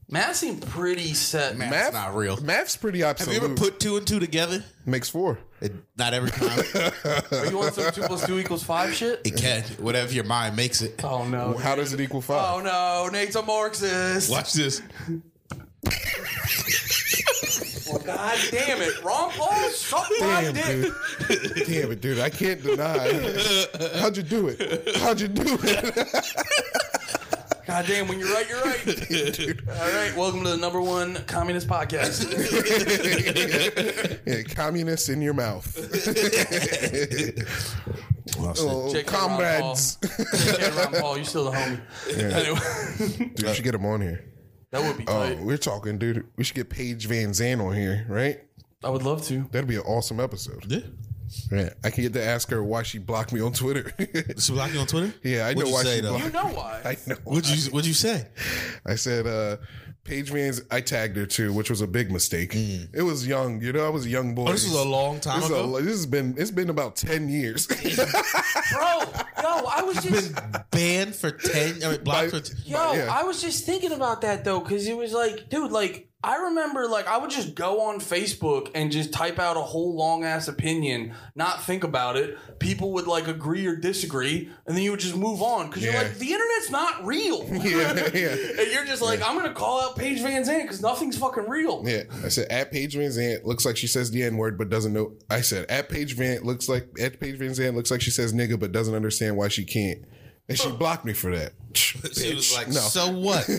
C: Math seemed pretty set.
B: Math.
A: Math
B: not real.
A: Math's pretty absolute.
B: Have you ever put two and two together?
A: makes four?
B: It, not every time.
C: Are you on some two plus two equals five shit?
B: it can. Whatever your mind makes it.
C: Oh no.
A: How does it equal
C: Oh
A: five?
C: no, Nate's a Marxist.
B: Watch this.
C: Well, God damn it. Ron Paul, suck my
A: Damn,
C: dick.
A: dude. Damn it, dude. I can't deny. it. How'd you do it? How'd you do it?
C: God damn, when you're right, you're right. All right, welcome to the number one communist podcast.
A: yeah, communists in your mouth. Oh,
C: J.K. Ron
A: comrades.
C: Hey, Ron Paul, you're still the homie. Anyway,
A: Dude,
B: Uh,
A: we should get him on here.
C: that would be
A: Oh,
C: tight.
A: we're talking, dude. We should get Paige Van Zandt on here, right?
C: I would love to.
A: That'd be an awesome episode.
B: Yeah.
A: Yeah, I can get to ask her why she blocked me on Twitter.
B: She blocked you on Twitter?
A: Yeah, I
B: What'd
A: know
B: you
A: why
B: say,
A: she
B: though?
A: blocked-
C: You know why.
A: I know.
B: What'd you What'd you say?
A: I said, uh, Paige Van's, I tagged her too, which was a big mistake. It was young, you know, I was a young boy.
B: Mm. Oh, this was a long time
A: Oh, This is a-
B: ago?
A: this has been, it's been about 10 years.
C: Bro, yo, I was just
B: Banned for ten. I mean, blocked
A: By-
B: for. T-
A: But,
C: Yo,
A: yeah.
C: I was just thinking about that though, because it was like, dude, like I remember, like I would just go on Facebook and just type out a whole long ass opinion, not think about it. People would like agree or disagree, and then you would just move on because
A: Yeah.
C: you're like, the internet's not real,
A: yeah, yeah.
C: and you're just like, I'm gonna call out Paige Van Zandt because nothing's fucking real.
A: Yeah, I said at Paige Van Zandt looks like she says the N word but doesn't know. I said at Paige Van looks like at Paige Van Zandt looks like she says nigga but doesn't understand why she can't, and she blocked me for that.
B: she was
A: Bitch.
B: like,
A: no,
B: "So what?"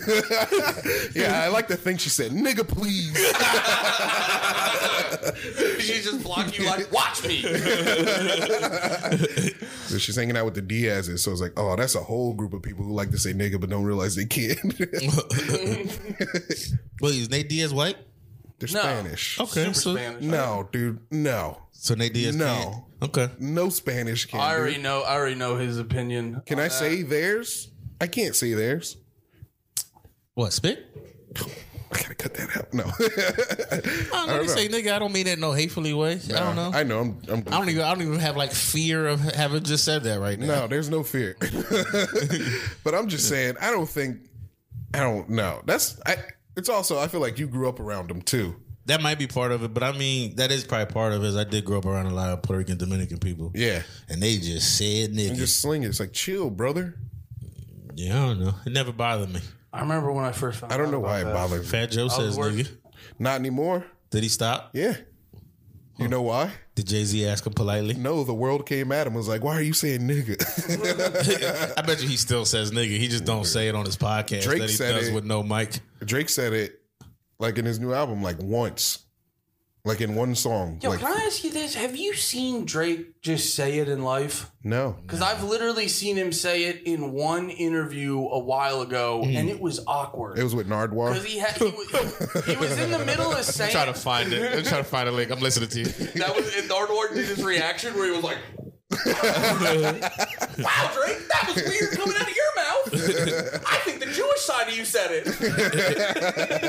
A: yeah, I like to think she said nigga please.
C: She just blocked you like, watch me.
A: so she's hanging out with the Diazes, so it's like, oh, that's a whole group of people who like to say nigga but don't realize they can't.
B: well, is Nate Diaz white?
A: They're
C: No.
A: Spanish.
B: Okay,
C: Super
B: so,
C: Spanish.
A: No, dude, no,
B: so Nate Diaz.
A: No.
B: can't- Okay.
A: no Spanish can.
C: I
A: dude.
C: already know. I already know his opinion.
A: Can I say theirs? I can't say theirs.
B: What spit?
A: I gotta cut that out. No.
B: I don't know. Say nigga, I don't mean that in no hatefully way. I don't know. I,
A: I know. I'm. I'm
B: don't even. I don't even have like fear of having just said that right now.
A: no, there's no fear. but I'm just saying, I don't think. I don't know. That's. I. It's also. I feel like you grew up around them too.
B: That might be part of it, but I mean that is probably part of it. Is I did grow up around a lot of Puerto Rican Dominican people.
A: Yeah.
B: and they just said nigga.
A: And just sling it. It's like chill, brother.
B: yeah, I don't know. It never bothered me.
C: I remember when I first found.
A: I don't
C: out
A: know why it
C: about that.
A: bothers me.
B: Fat Joe says
C: work-
B: nigga.
A: Not anymore.
B: Did he stop?
A: Yeah. You know why?
B: Did Jay Z ask him politely?
A: No, the world came at him. and Was like, why are you saying nigga?
B: I bet you he still says nigga. He just don't say it on his podcast
A: Drake
B: that he
A: said
B: does
A: it.
B: with no mic.
A: Drake said it, like in his new album, like once, like in one song.
C: Yo,
A: like
C: can I ask you this? Have you seen Drake just say it in life?
A: no,
C: Because I've literally seen him say it in one interview a while ago, and it was awkward.
A: Mm-hmm. it was with Nardwar.
C: Because he, had, he, was, he was in the middle of saying
B: find it. I'm trying to find a link. I'm listening to you.
C: that was and Nardwar did his reaction where he was like, "Wow, Drake, that was weird coming out of your mouth." I think the Jewish side of you said it.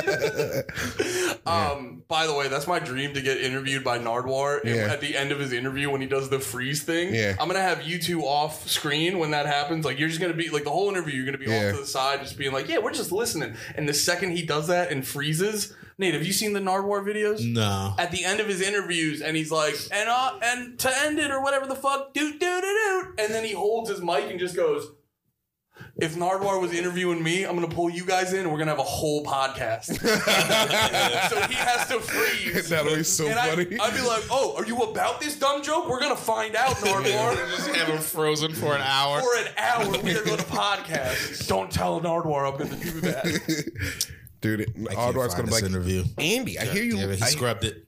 C: um, by the way, that's my dream to get interviewed by Nardwar and
A: Yeah.
C: at the end of his interview when he does the freeze thing.
A: Yeah.
C: I'm gonna have you two off screen when that happens. Like you're just gonna be like the whole interview, you're gonna be
A: Yeah.
C: off to the side, just being like, "Yeah, we're just listening." And the second he does that and freezes, Nate, have you seen the Nardwar videos?
B: No.
C: at the end of his interviews and he's like, and uh, and to end it or whatever the fuck, do do do do, and then he holds his mic and just goes. If Nardwar was interviewing me, I'm gonna pull you guys in. and We're gonna have a whole podcast. so he has to freeze.
A: That'll be so
C: and I, I'd
A: funny.
C: be like, "Oh, are you about this dumb joke? We're gonna find out, Nardwar."
B: have him frozen for an hour.
C: For an hour, we're gonna go to podcast. Don't tell Nardwar I'm gonna do that.
A: Dude, Nardwar's gonna be like,
B: interview.
A: Andy, I hear you.
B: Yeah, but he
A: I-
B: scrubbed it.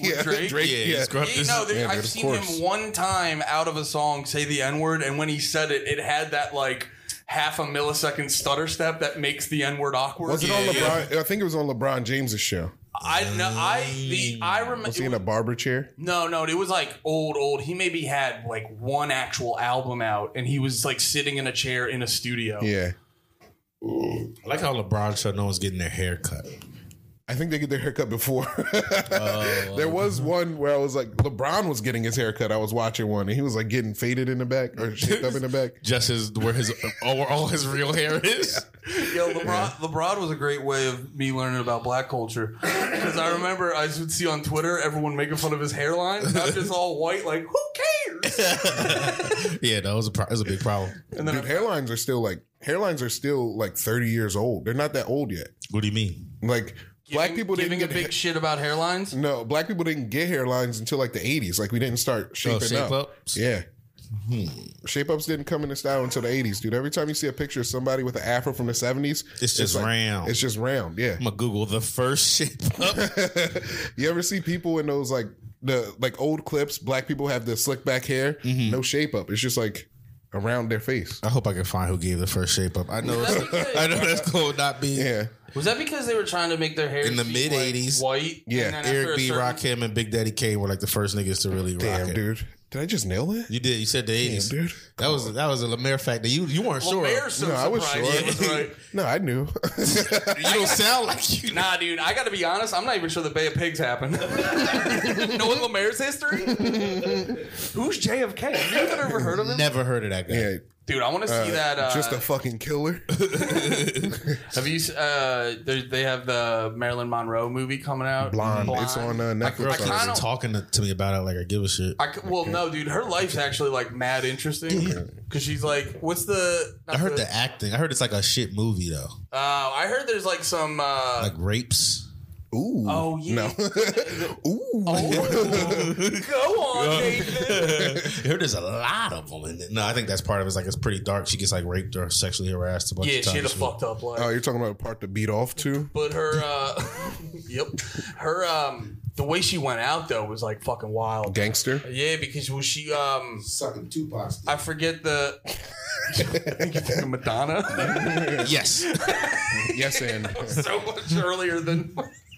A: yeah,
C: Drake?
B: Yeah, he scrubbed
C: Yeah,
B: this.
C: no, there,
A: yeah, dude,
C: I've
A: of
C: seen
A: course.
C: him one time out of a song say the N word, and when he said it, it had that like half a millisecond stutter step that makes the N word awkward.
A: Was it on LeBron? I think it was on LeBron James's show.
C: I know. I the I remember.
A: Was he in a barber chair?
C: No, no, it was like old, old. He maybe had like one actual album out, and he was like sitting in a chair in a studio.
A: Yeah.
B: I like how LeBron showed no one's getting their hair cut.
A: I think they get their haircut before.
C: Oh.
A: there was one where I was like, LeBron was getting his haircut. I was watching one, and he was like getting faded in the back or shaped up in the back.
B: Just his where his all, where all his real hair is.
C: Yo, LeBron, LeBron was a great way of me learning about black culture because I remember I would see on Twitter everyone making fun of his hairline. And I'm just all white, like who cares?
B: Yeah, that was a pro- that was a big problem.
C: And then
A: Dude, hairlines are still like hairlines are still like thirty years old. They're not that old yet.
B: What do you mean?
A: Like black people didn't
C: giving
A: get
C: a big shit about hairlines.
A: no black people didn't get hairlines until like the eighties. Like we didn't start shaping
B: Oh, shape
A: up.
B: ups.
A: Yeah. Shape ups didn't come into style until the 80s, dude. Every time you see a picture of somebody with an afro from the 70s,
B: It's just
A: like-
B: round.
A: It's just round, yeah.
B: I'm gonna Google the first shape up.
A: you ever see people in those like the like old clips? Black people have the slick back hair,
B: Mm-hmm.
A: no shape up. It's just like around their face.
B: I hope I can find who gave the first shape up. I know. It's, I know that's cool. Not be
A: Yeah,
C: Was that because they were trying to make their hair
B: In the
C: seem, like,
B: mid-eighties?
C: white?
A: Yeah.
C: and then after
B: Eric
C: a
B: B.
C: certain-
B: Rakim and Big Daddy Kane were like the first niggas to really rock
A: damn,
B: it.
A: dude. Did I just nail that?
B: You did. You said the eighties,
A: dude.
B: That was that was a matter of fact that you you weren't
C: Well,
B: sure.
C: Bear's so
A: No, I was
C: surprised
A: sure.
C: he was right.
A: No, I knew.
B: You don't sound like you.
C: Nah, dude, I gotta be honest. I'm not even sure the Bay of Pigs happened. know what Lemaire's history? Who's JFK? Have you even ever heard of him?
B: Never heard of that guy.
A: yeah,
C: Dude, I want to see that. Uh,
A: just a fucking killer.
C: have you? s- Uh, there- they have the Marilyn Monroe movie coming out.
A: Blonde. It's on uh,
B: Girl
A: Netflix.
C: I
B: started
C: kinda-
B: talking to, to me about it like I give a shit. I,
C: I c- well, no, dude, her life's actually like mad interesting because she's like, what's the? not
B: heard
C: the-
B: the acting. I heard it's like a shit movie though,
C: Oh, I heard there's like some. Uh,
B: like rapes.
A: Ooh.
C: oh yeah. Oh.
A: No. Ooh.
C: Go on, Nathan.
B: I heard there's a lot of them in it. No, I think that's part of it. It's like it's pretty dark. She gets like raped or sexually harassed a bunch
C: Yeah,
B: of times.
C: she had a fucked up life.
A: Oh, you're talking about the part to beat off to?
C: But her, uh, yep, her, um, the way she went out though was like fucking wild.
A: Gangster.
C: Yeah, because was she, um,
B: Sucking Tupac's.
C: I forget the. I think you think of Madonna.
B: Yes.
A: Yes, and
C: so much earlier than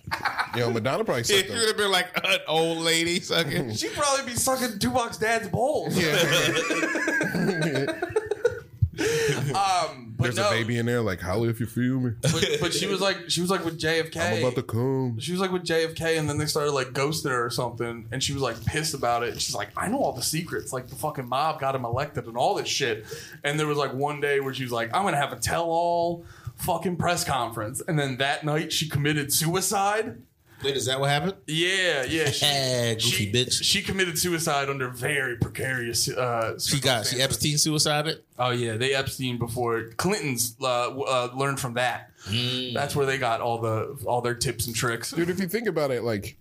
A: yo, Madonna probably
B: if
A: said
B: you would
A: that.
B: have been like an old lady sucking.
C: she'd probably be sucking Tupac's dad's balls. Um, but
A: There's
C: no,
A: a baby in there. Like, holler if you feel me.
C: But, but she was like, she was like with JFK.
A: I'm about to come.
C: she was like with JFK, and then they started like ghosting her or something, and she was like pissed about it. She's like, I know all the secrets, like the fucking mob got him elected and all this shit. And there was like one day where she was like, I'm gonna have a tell-all fucking press conference, and then that night she committed suicide.
B: Wait, is that what happened?
C: Yeah, yeah, she,
B: Eh, Goofy
C: she,
B: bitch.
C: she committed suicide under very precarious. Uh,
B: She got she Epstein suicided.
C: Oh yeah, they Epstein before Clinton's uh, w- uh, learned from that.
B: Mm.
C: That's where they got all the all their tips and tricks.
A: Dude, if you think about it, like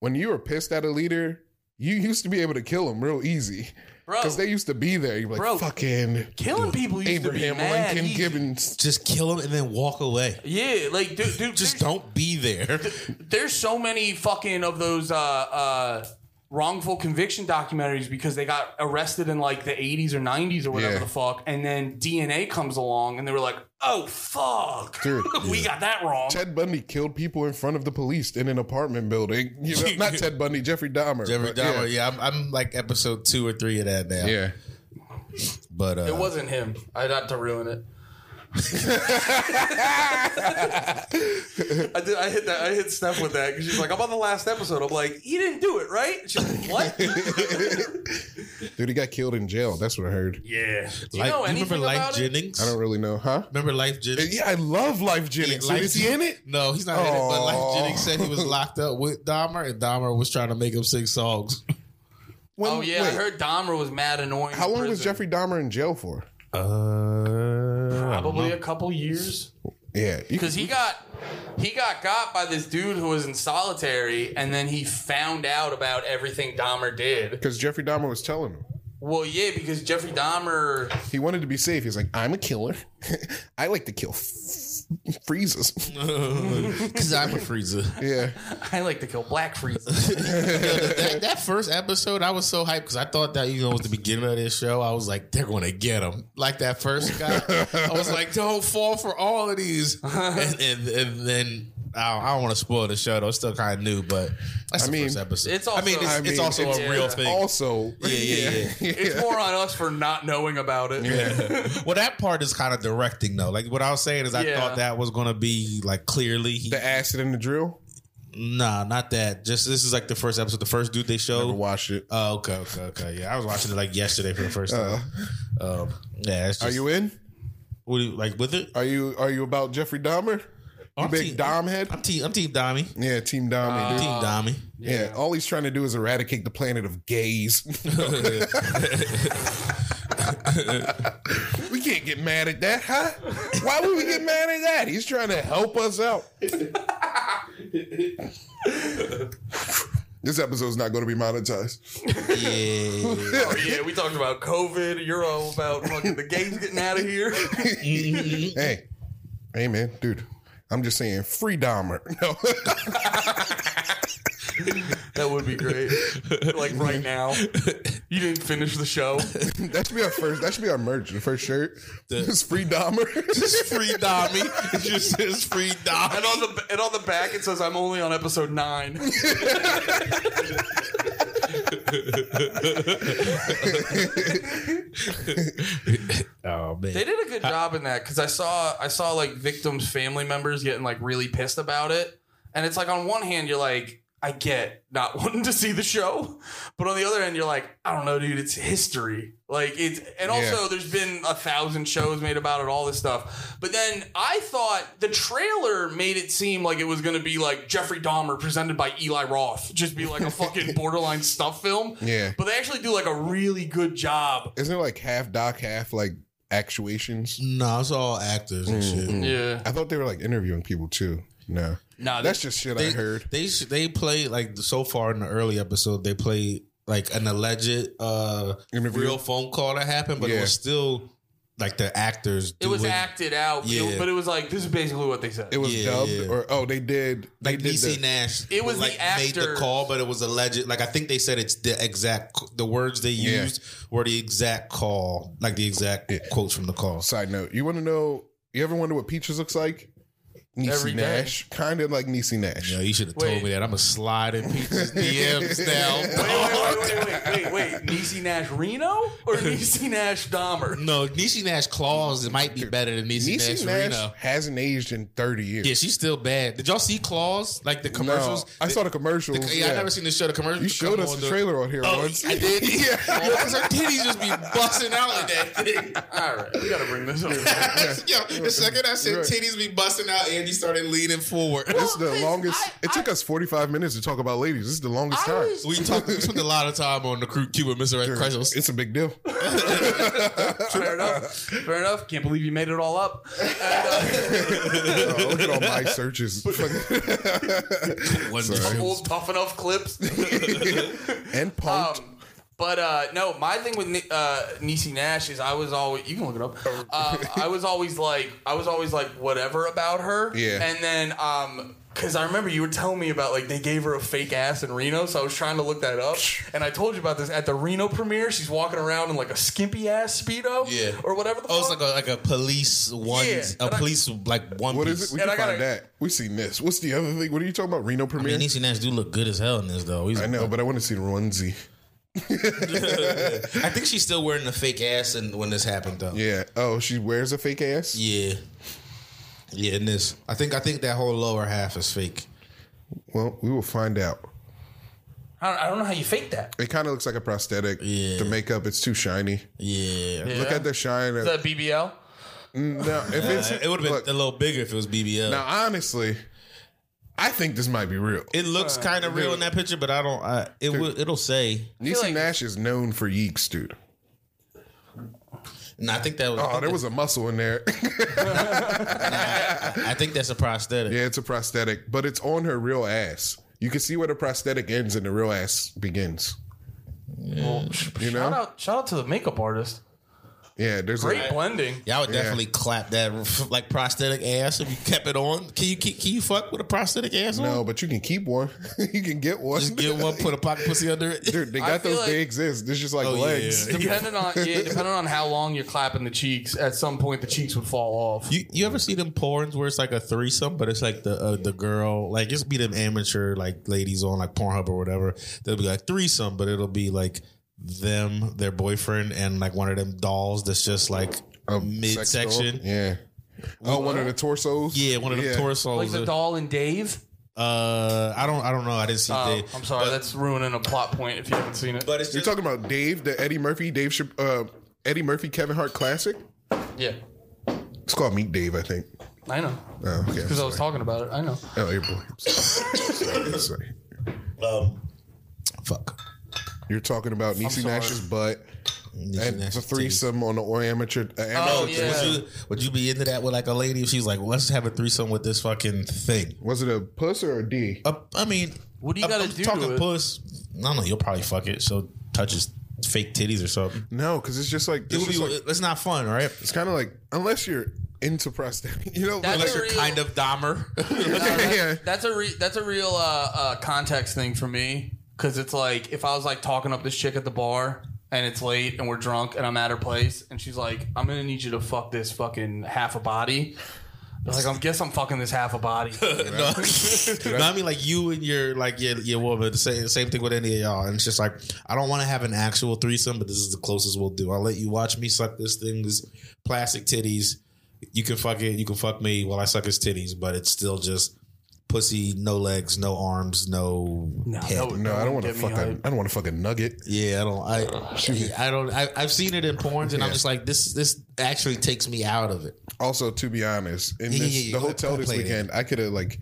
A: when you were pissed at a leader, you used to be able to kill him real easy
C: Bro.
A: because they used to be there. You're like
C: Bro.
A: fucking
C: Killing people used to
A: Abraham
C: be mad
A: Lincoln
C: easy.
A: Gibbons.
B: Just kill him and then walk away.
C: Yeah, like dude, dude
B: Just
C: there's,
B: don't be there.
C: there's so many fucking of those uh uh wrongful conviction documentaries because they got arrested in like the 80s or 90s or whatever
A: Yeah.
C: the fuck and then DNA comes along and they were like, "Oh fuck.
A: Dude,
C: we got that wrong."
A: Ted Bundy killed people in front of the police in an apartment building. You know, not Ted Bundy, Jeffrey Dahmer.
B: Jeffrey
A: but yeah.
B: Dahmer. Yeah, I'm, I'm like episode two or three of that now.
A: Yeah.
B: but uh,
C: it wasn't him. I'd have to ruin it. I did. I hit that. I hit Steph with that because she's like, "I'm on the last episode." I'm like, "You didn't do it, right?" She's like, "What?"
A: Dude, he got killed in jail. That's what I heard.
C: yeah. Do you
B: Life-
C: know anything
B: remember
C: about
B: Life
C: it?
B: Jennings?
A: I don't really know, huh?
B: remember Life Jennings.
A: Yeah, I love Life Jennings.
B: Life-
A: is he in it?
B: No, he's not in it. But
A: Aw.
B: Life Jennings said he was locked up with Dahmer, and Dahmer was trying to make him sing songs.
A: When-
C: Oh yeah, I
A: wait,
C: heard Dahmer was mad annoying.
A: How
C: in
A: long was
C: prison.
A: Jeffrey Dahmer in jail for?
B: Uh,
C: Probably a couple years.
A: Yeah, you-
C: Because he got he got got by this dude who was in solitary, and then he found out about everything Dahmer did.
A: because Jeffrey Dahmer was telling him.
C: Well, yeah, because Jeffrey Dahmer.
A: He wanted to be safe. He's like, I'm a killer. I like to kill f- freezes.
B: because I'm a freezer.
A: yeah.
C: I like to kill black freezes.
B: that, that first episode, I was so hyped because I thought that you know it was the beginning of this show. I was like, they're going to get him. Like that first guy, I was like, don't fall for all of these. And, and, and then I don't, I don't want to spoil the show though. It's still kind of new, but that's
A: I
B: the
A: mean,
B: first episode.
C: it's
B: I mean,
C: also-
B: it's,
C: I
B: it's
A: mean,
B: also
A: it's-
B: a real
C: it's
B: thing.
A: Also,
B: yeah, yeah, yeah.
C: It's more on us for not knowing about it.
B: well, that part is kind of directing though. Like what I was saying is, I
C: Yeah.
B: thought that was going to be like clearly. He,
A: the acid and the drill.
B: nah, not that. Just this is like the first episode, the first dude they
A: Never
B: showed.
A: watched it. Uh-huh.
B: Oh, okay, okay, okay. Yeah, I was watching it like yesterday for the first time. um, yeah, it's just,
A: Are you in?
B: what do you- like with it?
A: Are you are you about Jeffrey Dahmer? You
B: I'm
A: big
B: team-
A: Dom head?
B: I'm Uh, team. I'm team Dami.
A: Yeah, Team Dahmer.
C: Uh,
A: dude.
B: team Dami.
A: Yeah. all he's trying to do is eradicate the planet of gays. we can't get mad at that, huh? Why would we get mad at that? He's trying to help us out. this episode's not going to be monetized.
B: Yeah.
C: Oh, yeah, we talked about COVID. You're all about fucking the games getting out of here.
A: Hey, hey, man, dude. I'm just saying, free Dahmer. No,
C: That would be great. Like right now, you didn't finish the show.
A: that should be our first. That should be our merch. The first shirt.
B: The-
A: it's free Dahmer.
B: It's free Dami. It just says free
C: And
B: Dami.
C: on the and on the back it says I'm only on episode nine.
B: Oh man.
C: They did a good job in that because I saw I saw like victims' family members getting like really pissed about it, and it's like on one hand you're like I get not wanting to see the show, but on the other hand you're like I don't know, dude, it's history. Like it's and also there's been a thousand shows made about it, all this stuff. But then I thought the trailer made it seem like it was going to be like Jeffrey Dahmer presented by Eli Roth, just be like a fucking borderline stuff film.
A: Yeah.
C: but they actually do like a really good job.
A: Isn't it like half doc, half like actuations?
B: No, it's all actors
A: Mm,
B: and shit.
C: Yeah,
A: I thought they were like interviewing people too. No,
C: nah,
A: that's just shit I heard.
B: They sh- they play like so far in the early episode they played like an alleged uh
A: Interview.
B: real phone call that happened, but
A: Yeah.
B: it was still like the actors.
C: It was
B: doing-
C: acted out, but it-
B: Yeah.
C: but it was like this is basically what they said.
A: It
C: It,
A: was
B: Yeah,
A: dubbed,
B: yeah.
A: or oh, they did. They
B: Like
A: did
B: DC
A: the-
B: Nash,
C: It was the
B: like made the
C: actor-
B: call, but it was alleged. Like I think they said it's the exact the words they
A: Yeah.
B: used were the exact call, like the exact quotes from the call.
A: Side note: You want to know? You ever wonder what Peaches looks like? Niecy
C: Every day.
A: Nash, kind of like Niecy Nash.
B: Yo, you should have
C: Wait.
B: told me that. I'm a slide in Peach's DMs now.
C: wait, wait, wait, wait, wait, wait, wait. Niecy Nash Reno or Niecy Nash Dahmer?
B: No, Niecy Nash claws it might be better than Niecy,
A: Niecy
B: Nash
A: Nash
B: Reno.
A: hasn't aged in thirty years.
B: Yeah, she's still bad. Did y'all see Claws? Like the
A: No,
B: commercials?
A: I
B: The-
A: saw the commercials.
B: yeah, I never seen the show. The commercials.
A: You showed
B: come
A: us
B: on
A: the trailer on here
B: Oh,
A: once.
B: I did.
A: yeah.
B: Because her titties just be busting out in that thing.
C: All right, we gotta bring this over.
B: Yo, the second I said
A: Right.
B: titties be busting out, Andy started leaning forward.
A: This is the
C: Well,
A: longest.
C: I-
A: it took us forty-five minutes to talk about ladies. This is the longest
C: I
A: time.
C: was-
B: we talked. We spent a lot of time on the crew Cuban Mr. Red Crisis.
A: It's a big deal.
C: Fair enough. Fair enough. Can't believe you made it all up. And, uh,
A: Oh, look at all my searches.
B: One
C: old tough enough clips.
A: and punked.
C: Um, but uh, no, my thing with Ni- uh, Niecy Nash is I was always you can look it up. Uh, I was always like I was always like whatever about her.
A: Yeah.
C: And then um, because I remember you were telling me about like they gave her a fake ass in Reno, so I was trying to look that up. And I told you about this at the Reno premiere. She's walking around in like a skimpy ass speedo.
B: Yeah.
C: Or whatever. The
B: Oh, it's
C: fuck.
B: like a like a police one,
C: Yeah,
B: a
C: and I-
B: police like one.
A: what
B: piece.
A: is it? We
C: And
A: can
C: I gotta-
A: find that. We've seen this. What's the other thing? What are you talking about? Reno
B: I
A: premiere.
B: mean, Niecy Nash do look good as hell in this though. He's-
A: I know, but I want to see the onesie.
B: I think she's still wearing the fake ass and when this happened though.
A: Yeah. Oh, she wears a fake ass.
B: Yeah. Yeah, and this. I think I think that whole lower half is fake.
A: Well, we will find out.
C: I don't, I don't know how you fake that.
A: It kind of looks like a prosthetic.
B: Yeah.
A: The makeup, it's too shiny.
B: Yeah.
A: Look
C: Yeah.
A: at the shine.
C: Is that BBL?
A: no, if it's
B: It would have been
A: look,
B: a little bigger if it was BBL.
A: now, honestly, I think this might be real.
B: It looks kind of real in that picture, but I don't. I, it will. It'll say.
A: Niecy
C: like-
A: Nash is known for yeeks, dude.
B: And I think that was.
A: Oh, there was a muscle in there.
B: I think that's a prosthetic.
A: yeah, it's a prosthetic, but it's on her real ass. You can see where the prosthetic ends and the real ass begins.
C: Well, sh-
A: You know?
C: Shout out! Shout out to the makeup artist.
A: Yeah, there's
C: Great
A: a
C: blending.
B: Yeah, I would definitely clap that like prosthetic ass if you kept it on. Can you keep, can you fuck with a prosthetic ass?
A: no,
C: Mm-hmm.
B: on?
A: but you can keep one. you can get one.
B: just get one, put a pocket pussy under it.
A: Dude, they
C: I
A: got
C: feel
A: those.
C: like-
A: they exist. It's just like
B: Oh, yeah,
A: legs.
B: yeah.
C: Depending on yeah, depending on how long you're clapping the cheeks, at some point the cheeks would fall off.
B: You you ever see them porns where it's like a threesome, but it's like the uh, the girl like just be them amateur like ladies on like Pornhub or whatever. They'll be like threesome, but it'll be like them, their boyfriend, and like one of them dolls that's just like
A: Oh, Sex
B: a
A: doll.
B: midsection. Yeah.
A: Yeah. Oh, one of the torsos.
B: one of them
A: Yeah.
B: torsos.
C: Like the doll and Dave.
B: uh, I don't, I don't know. I didn't see.
C: Oh,
B: they,
C: I'm sorry,
B: but-
C: that's ruining a plot point if you haven't seen it.
B: but it's
A: You're
B: just,
A: talking about Dave, the Eddie Murphy, Dave, Chap- uh, Eddie Murphy, Kevin Hart classic.
C: yeah,
A: It's called Meet Dave, I think.
C: I know
A: Oh, okay.
C: because I was talking about it. I know.
A: Oh, your boy. I'm sorry. Sorry. Sorry.
B: um, fuck.
A: You're talking about Niecy
C: sorry.
A: Nash's butt and
B: Nash's
A: the threesome on the or- amateur. Uh, amateur
C: Oh,
A: thing.
C: yeah.
B: Would you would you be into that with like a lady if she's like, let's have a threesome with this fucking thing?
A: Was it a puss or a D?
B: Uh, I mean,
C: What do you
B: I'm-
C: gotta
B: I'm
C: do
B: Talking
C: to it?
B: puss. No, no, you'll probably fuck it. She'll touch his fake titties or something.
A: No, because it's just like
B: It
A: it's,
B: would be.
A: just like,
B: it's not fun, right?
A: it's kind of like unless you're into prosthetic, you know.
C: That's
A: like,
B: Unless you're
C: real-
B: kind of Dahmer.
A: yeah,
C: That's a re- that's a real uh, uh, context thing for me because it's like if I was like talking up this chick at the bar and it's late and we're drunk and I'm at her place and she's like, "I'm gonna need you to fuck this fucking half a body." I was like, I guess I'm fucking this half a body.
B: no, No, I mean like you and your like your your woman. the Same same thing with any of y'all. And it's just like I don't want to have an actual threesome, but this is the closest we'll do. I'll let you watch me suck this thing, this plastic titties. You can fuck it. You can fuck me while I suck his titties, but it's still just pussy, no legs, no arms, no. head.
C: would-
A: no, I don't
C: would
A: want to
C: get me
A: fuck.
C: hype.
A: A, I don't want to fuck a nugget.
B: Yeah, I don't. I I don't. I, I've seen it in porns, and I'm
A: Yeah.
B: just like, this this actually takes me out of it.
A: Also, to be honest, in
B: Yeah,
A: this,
B: yeah, yeah,
A: the
B: go
A: hotel
B: ahead,
A: this
B: play it.
A: weekend, I could have like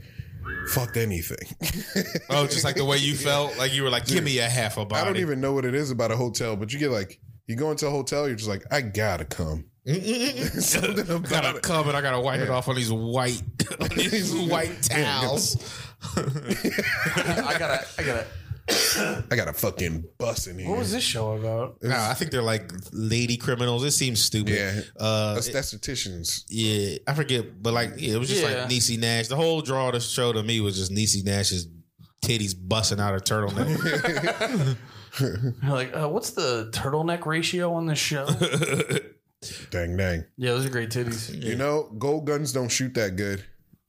A: fucked anything.
B: Oh, just like the way you felt, like you were like, give me a half a body.
A: I don't even know what it is about a hotel, but you get like you go into a hotel, you're just like, I gotta come. Something about
B: gotta
A: it.
B: come and I gotta wipe it off on these white, on these white towels.
C: I gotta, I gotta.
A: I got a fucking bus in here.
C: What was this show about?
B: No, I think they're like lady criminals. It seems stupid.
A: Yeah.
B: Uh,
A: That's estheticians.
B: yeah, I forget, but like yeah, it was just
C: Yeah.
B: like Niecy Nash. The whole draw of the show to me was just Niecy Nash's titties busting out her turtleneck.
C: You're like, uh, what's the turtleneck ratio on this show?
A: Dang, dang.
C: yeah, those are great titties.
A: You know, gold guns don't shoot that good.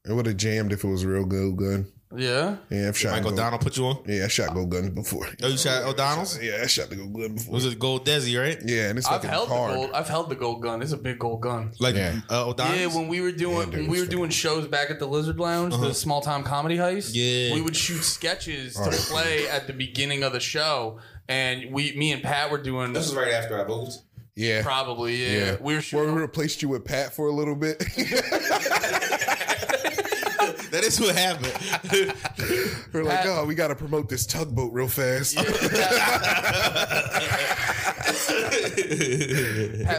A: It would have jammed if it was a real gold gun.
C: Yeah,
A: Yeah, I've shot
B: Michael
A: gold-
B: Donald put you on.
A: Yeah, I shot gold guns before.
B: Oh, you shot O'Donnell's?
A: Yeah, I shot the gold gun before.
B: Was it Gold Desi, right?
A: yeah, and it's
C: I've
A: fucking
C: held
A: hard.
C: the gold. I've held the gold gun. It's a big gold gun.
B: Like
A: Yeah.
B: uh, O'Donnell's?
C: Yeah, when we were doing
A: dude,
C: when we
A: it's
C: were doing shows back at the Lizard Lounge, the small time comedy heist.
B: Yeah.
C: we would shoot sketches to play at the beginning of the show, and we, me and Pat were doing
B: this was right after I moved.
A: yeah.
C: probably yeah.
A: Yeah.
C: We were
A: Where
C: shooting.
A: we replaced you with Pat for a little bit.
B: That is what happened.
A: We're like,
C: Pat-
A: oh, we got to promote this tugboat real fast.
C: Pat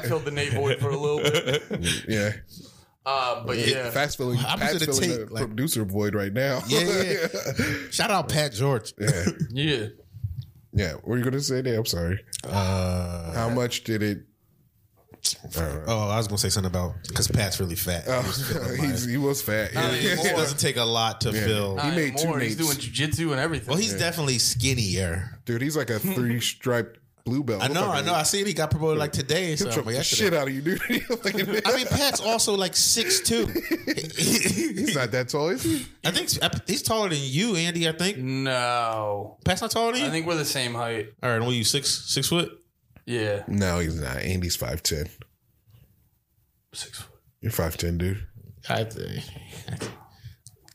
C: filled the Nate void for a little bit,
A: Yeah.
C: uh, but yeah,
A: Fast filling,
B: I'm
A: Pat's
B: gonna
A: filling
B: take,
A: the
B: like-
A: producer void right now.
B: Yeah, yeah. Shout out Pat George.
A: yeah.
C: yeah.
A: Yeah, what were you gonna say there? I'm sorry.
B: Uh,
A: How much did it? I don't know.
B: oh, I was gonna say something about because Pat's really fat. He was feeling
A: He's,
B: biased.
A: he was fat. Yeah.
B: It just doesn't take a lot to feel.
C: Uh,
A: He made two
C: More, He's
A: Nates.
C: doing jujitsu and everything.
B: Well, he's definitely skinnier.
A: Dude, he's like a three striped blue belt.
B: I know, I know. I see it. He got promoted like today. So
A: He'll choke the shit out of you, dude. Like,
B: I mean, Pat's also like six two.
A: he's not that tall, is he?
B: I think he's taller than you, Andy. I think
C: no,
B: Pat's not taller than you.
C: I think we're the same height.
B: All right, what are you six six foot?
C: Yeah,
A: No, he's not. Andy's five ten.
C: six foot.
A: You're five ten, dude.
B: I think.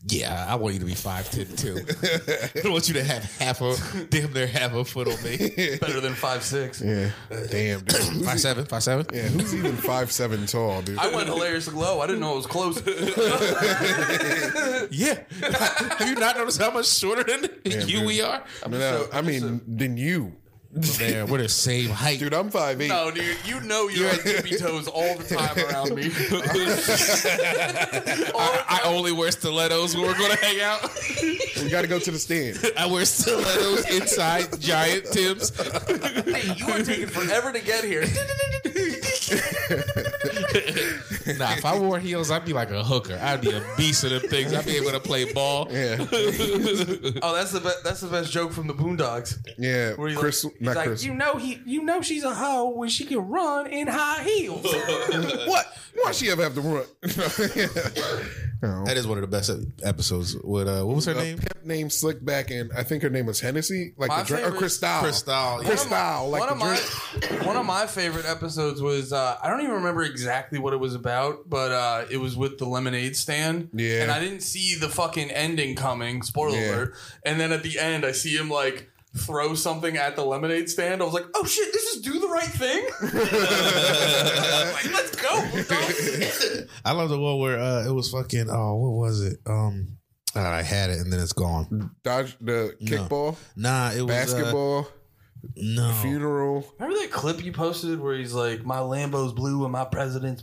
B: Yeah, I want you to be five ten too. I don't want you to have half a damn near half a foot on me.
C: Better than five six.
A: Yeah. Damn, dude. Who's,
B: Five seven, five seven.
A: yeah, who's even five seven tall, dude?
C: I went hilariously low. I didn't know it was close.
B: Yeah. have you not noticed how much shorter than you
A: man.
B: we are?
A: no, I mean, than you,
B: Man, we're the same height.
A: dude. I'm five eight.
C: No, dude, you know you're on tippy toes all the time around me.
B: I, I only wear stilettos when we're gonna hang out.
A: We got to go to the stand.
B: I wear stilettos inside giant Tim's.
C: Hey, you are taking forever to get here.
B: Nah, if I wore heels, I'd be like a hooker. I'd be a beast of them things. I'd be able to play ball.
A: Yeah,
C: Oh, that's the best. That's the best joke from the Boondocks.
A: yeah.
C: Where he's
A: Chris,
C: like, he's
A: not
C: like,
A: Chris.
C: you know he, you know she's a hoe when she can run in high heels.
A: What? Why she ever have to run? no.
B: That is one of the best episodes. With uh, what was her
A: A
B: name?
A: pimp named Slickback, and I think her name was Hennessy, like
C: My
A: the drink, or
C: favorite-
A: Cristal.
B: Cristal, yeah.
A: Cristal, like
C: one
A: the
C: of my one of my favorite episodes was uh, I don't even remember exactly what it was about, but uh, it was with the lemonade stand.
A: Yeah.
C: and I didn't see the fucking ending coming. Spoiler
A: Yeah.
C: alert! And then at the end, I see him like throw something at the lemonade stand. I was like, oh shit, this is do the right thing. like, let's go. Bulldogs.
B: I love the one where uh, it was fucking. Oh, what was it? Um, ah, I had it and then it's gone.
A: dodge, the kickball,
B: Nah, it was basketball.
A: basketball,
B: no,
A: funeral.
C: Remember that clip you posted where he's like, my Lambo's blue and my president's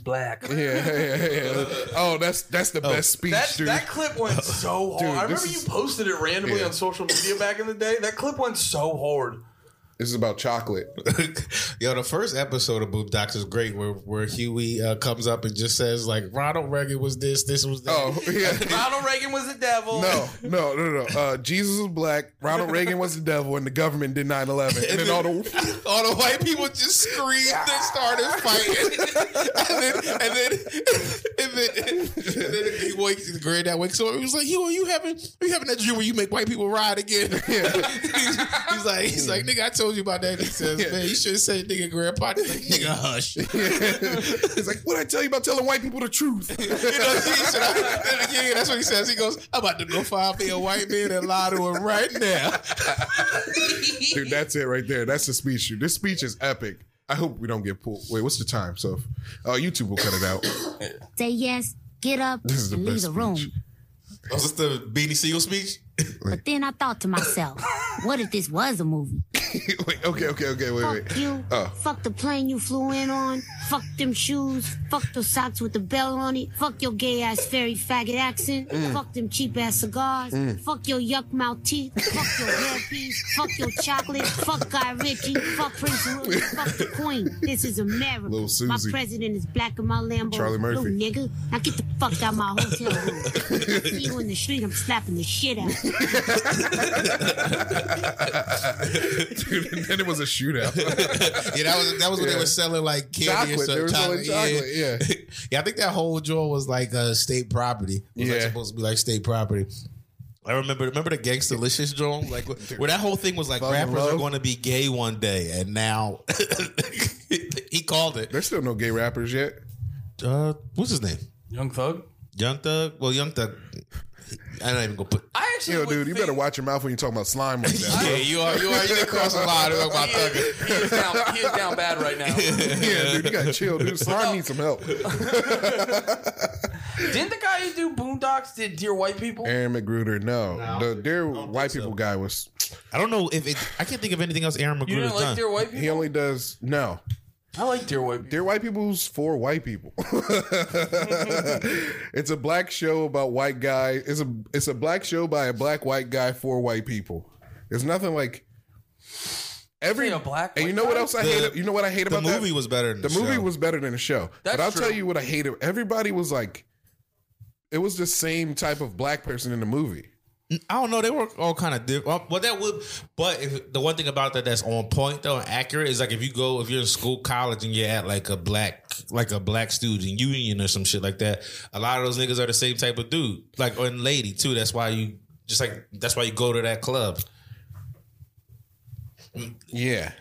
C: black.
A: Yeah, yeah, yeah. Oh, that's that's the best speech,
C: That,
A: dude.
C: that clip went so hard.
A: Dude,
C: I
A: this
C: remember
A: is-
C: you posted it randomly
A: Yeah.
C: on social media back in the day. That clip went so hard.
A: this is about chocolate.
B: Yo, the first episode of Boondocks is great, where where Huey uh, comes up and just says like Ronald Reagan was this, this was that.
A: Oh, yeah.
C: Ronald Reagan was the devil.
A: No, no, no, no. Uh, Jesus was black. Ronald Reagan was the devil, and the government did 9-11. And then all the
B: All the white people just screamed and started fighting, and then and then and then, and then he wakes, his granddad wakes up. He was like, "Yo, are you having are you having that dream where you make white people ride again?" he's, he's like, he's like, "Nigga, I told you about that." He says, "Man, you should have said, nigga, grandpa." He's like, "Nigga, hush."
A: it's like, what I tell you about telling white people the truth?
B: You know, he said, I- yeah, yeah, that's what he says. He goes, I'm about to go find me a white man and lie to him right now.
A: Dude, that's it right there. That's the speech. Dude. This speech is epic. I hope we don't get pulled. Wait, what's the time? So, uh, YouTube will cut it out.
D: Say yes, get up,
A: This is the
D: and leave
A: best
D: the room.
A: speech.
B: Was this the Beanie Siegel speech?
D: But then I thought to myself, what if this was a movie?
A: wait, okay, okay, okay, wait, wait.
D: Fuck you.
A: Oh.
D: Fuck the plane you flew in on. Fuck them shoes. Fuck those socks with the bell on it. Fuck your gay ass fairy faggot accent.
A: Mm.
D: Fuck them cheap ass cigars. Fuck your yuck mouth teeth. Fuck your hairpiece. Fuck your chocolate. Fuck Guy Ritchie. Fuck Prince William. Fuck the Queen. This is America.
A: Lil
D: My
A: Susie.
D: president is black and my Lambo
A: Charlie
D: is blue,
A: Murphy.
D: nigga. Now get the fuck out my hotel room. See you in the street. I'm slapping the shit out. you.
A: Dude, and then it was a shootout.
B: Yeah, that was that was when they were selling like candy
A: Chocolate. They
B: or
A: were
B: something.
A: selling chocolate, yeah.
B: yeah, Yeah, I think that whole drawer was like uh, state property. It was like
A: Yeah.
B: supposed to be like state property. I remember remember the Gangstalicious draw, like where that whole thing was like
A: Thug
B: rappers are
A: Love.
B: going to be gay one day, and now he called it.
A: There's still no gay rappers yet.
B: Uh, what's his name?
C: Young Thug.
B: Young Thug. Well, Young Thug. I'm not even gonna put.
C: I actually,
A: Yo,
C: would
A: dude, you
C: think-
A: better watch your mouth when you talk about slime like that.
B: Yeah, you are. You are. You did cross the line. Talk about
C: He is,
B: Thugger.
C: he is down, he is down bad right now.
A: yeah, dude, you gotta chill, dude. Slime needs some help.
C: Didn't the guy who do Boondocks did Dear White People?
A: Aaron McGruder, no. the dear white
B: so.
A: people guy was
B: I don't know if it. I can't think of anything else Aaron
C: You
B: McGruder's
C: didn't like
B: done.
C: Dear White People?
A: he only does no.
C: I like Dear White People.
A: Dear White People's for white people. it's a black show about white guy. It's a it's a black show by a black white guy for white people. There's nothing like every
C: Ain't a black
A: And you
C: white
A: know what
C: guy?
A: else I
B: The-
A: hate? You know what I hate
B: the
A: about
B: movie
A: that?
B: was better. Than
A: the
B: the,
A: movie
B: show.
A: was better than the show.
C: That's
A: but I'll
C: true.
A: tell you what I hated. Everybody was like, it was the same type of black person in the movie.
B: I don't know. They were all kind of different. Well, that would. But if, the one thing about that that's on point though, and accurate is like if you go if you're in school, college, and you're at like a black like a black student union or some shit like that. A lot of those niggas are the same type of dude, like or and lady too. That's why you just like that's why you go to that club.
A: Yeah.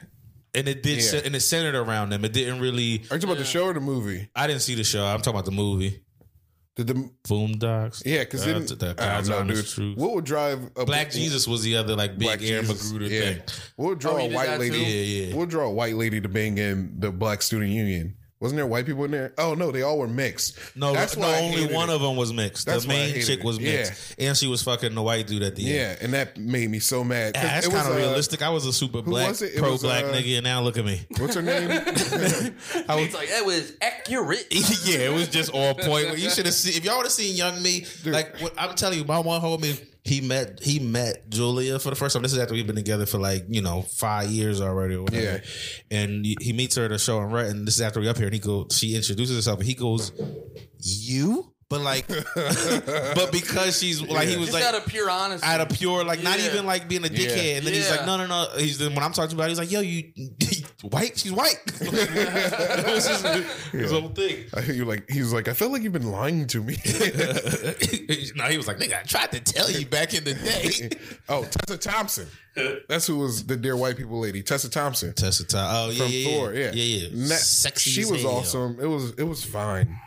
B: And it did,
A: Yeah.
B: and it centered around them. It didn't really.
A: Are you talking about the show or the movie?
B: I didn't see the show. I'm talking about the movie.
A: Did the
B: Boondocks.
A: yeah? Because
B: Uh, the- the
A: I
B: God's
A: don't know,
B: honest
A: dude.
B: truth.
A: What would drive a
B: Black Jesus was the other like big
A: Black
B: Aaron
A: Jesus.
B: Magruder
A: yeah.
B: thing.
A: We'll draw
C: Oh, he
A: a
C: did
A: white
C: that
A: lady.
C: too?
B: Yeah, yeah.
A: We'll draw a white lady to bang in the black student union. Wasn't there white people in there? Oh no, they all were mixed.
B: No,
A: that's
B: no,
A: why I
B: only
A: hated
B: one
A: it.
B: of them was mixed.
A: That's
B: the
A: why I
B: main
A: hated
B: chick
A: it.
B: was mixed, and she was fucking the white dude at the end.
A: Yeah, and that made me so mad. 'Cause
B: Ah, that's
A: it was,
B: kind
A: uh,
B: of realistic. I was a super black,
A: was it? It
B: pro
A: was,
B: black
A: uh,
B: nigga, and now look at me.
A: What's her name?
C: He's like, that was accurate.
B: yeah, it was just on point. You should have seen if y'all would have seen young me. Like what, I'm telling you, my one homie he met he met Julia for the first time. This is after we've been together for like you know five years already or whatever. And he- he meets her at a show in Renton. This is after we up here, and he goes. She introduces herself, and he goes, "You." But like, but because she's like, he was
C: Just
B: like,
C: out of pure honesty.
B: out of pure like not
C: Yeah.
B: even like being a dickhead. And then he's
C: Yeah.
B: like, no, no, no. He's then when I'm talking about, it, he's like, yo, you white? She's white. it was just his whole thing.
A: I hear you like he was like, I felt like you've been lying to me.
B: no, he was like, nigga, I tried to tell you back in the day.
A: oh, Tessa Thompson. That's who was the dear white people lady, Tessa Thompson
B: Tessa Ty. Oh yeah,
A: from
B: yeah,
A: Thor. Yeah,
B: yeah, yeah, yeah.
A: Na-
B: Sexy.
A: She
B: as
A: was
B: hell.
A: awesome. It was it was fine.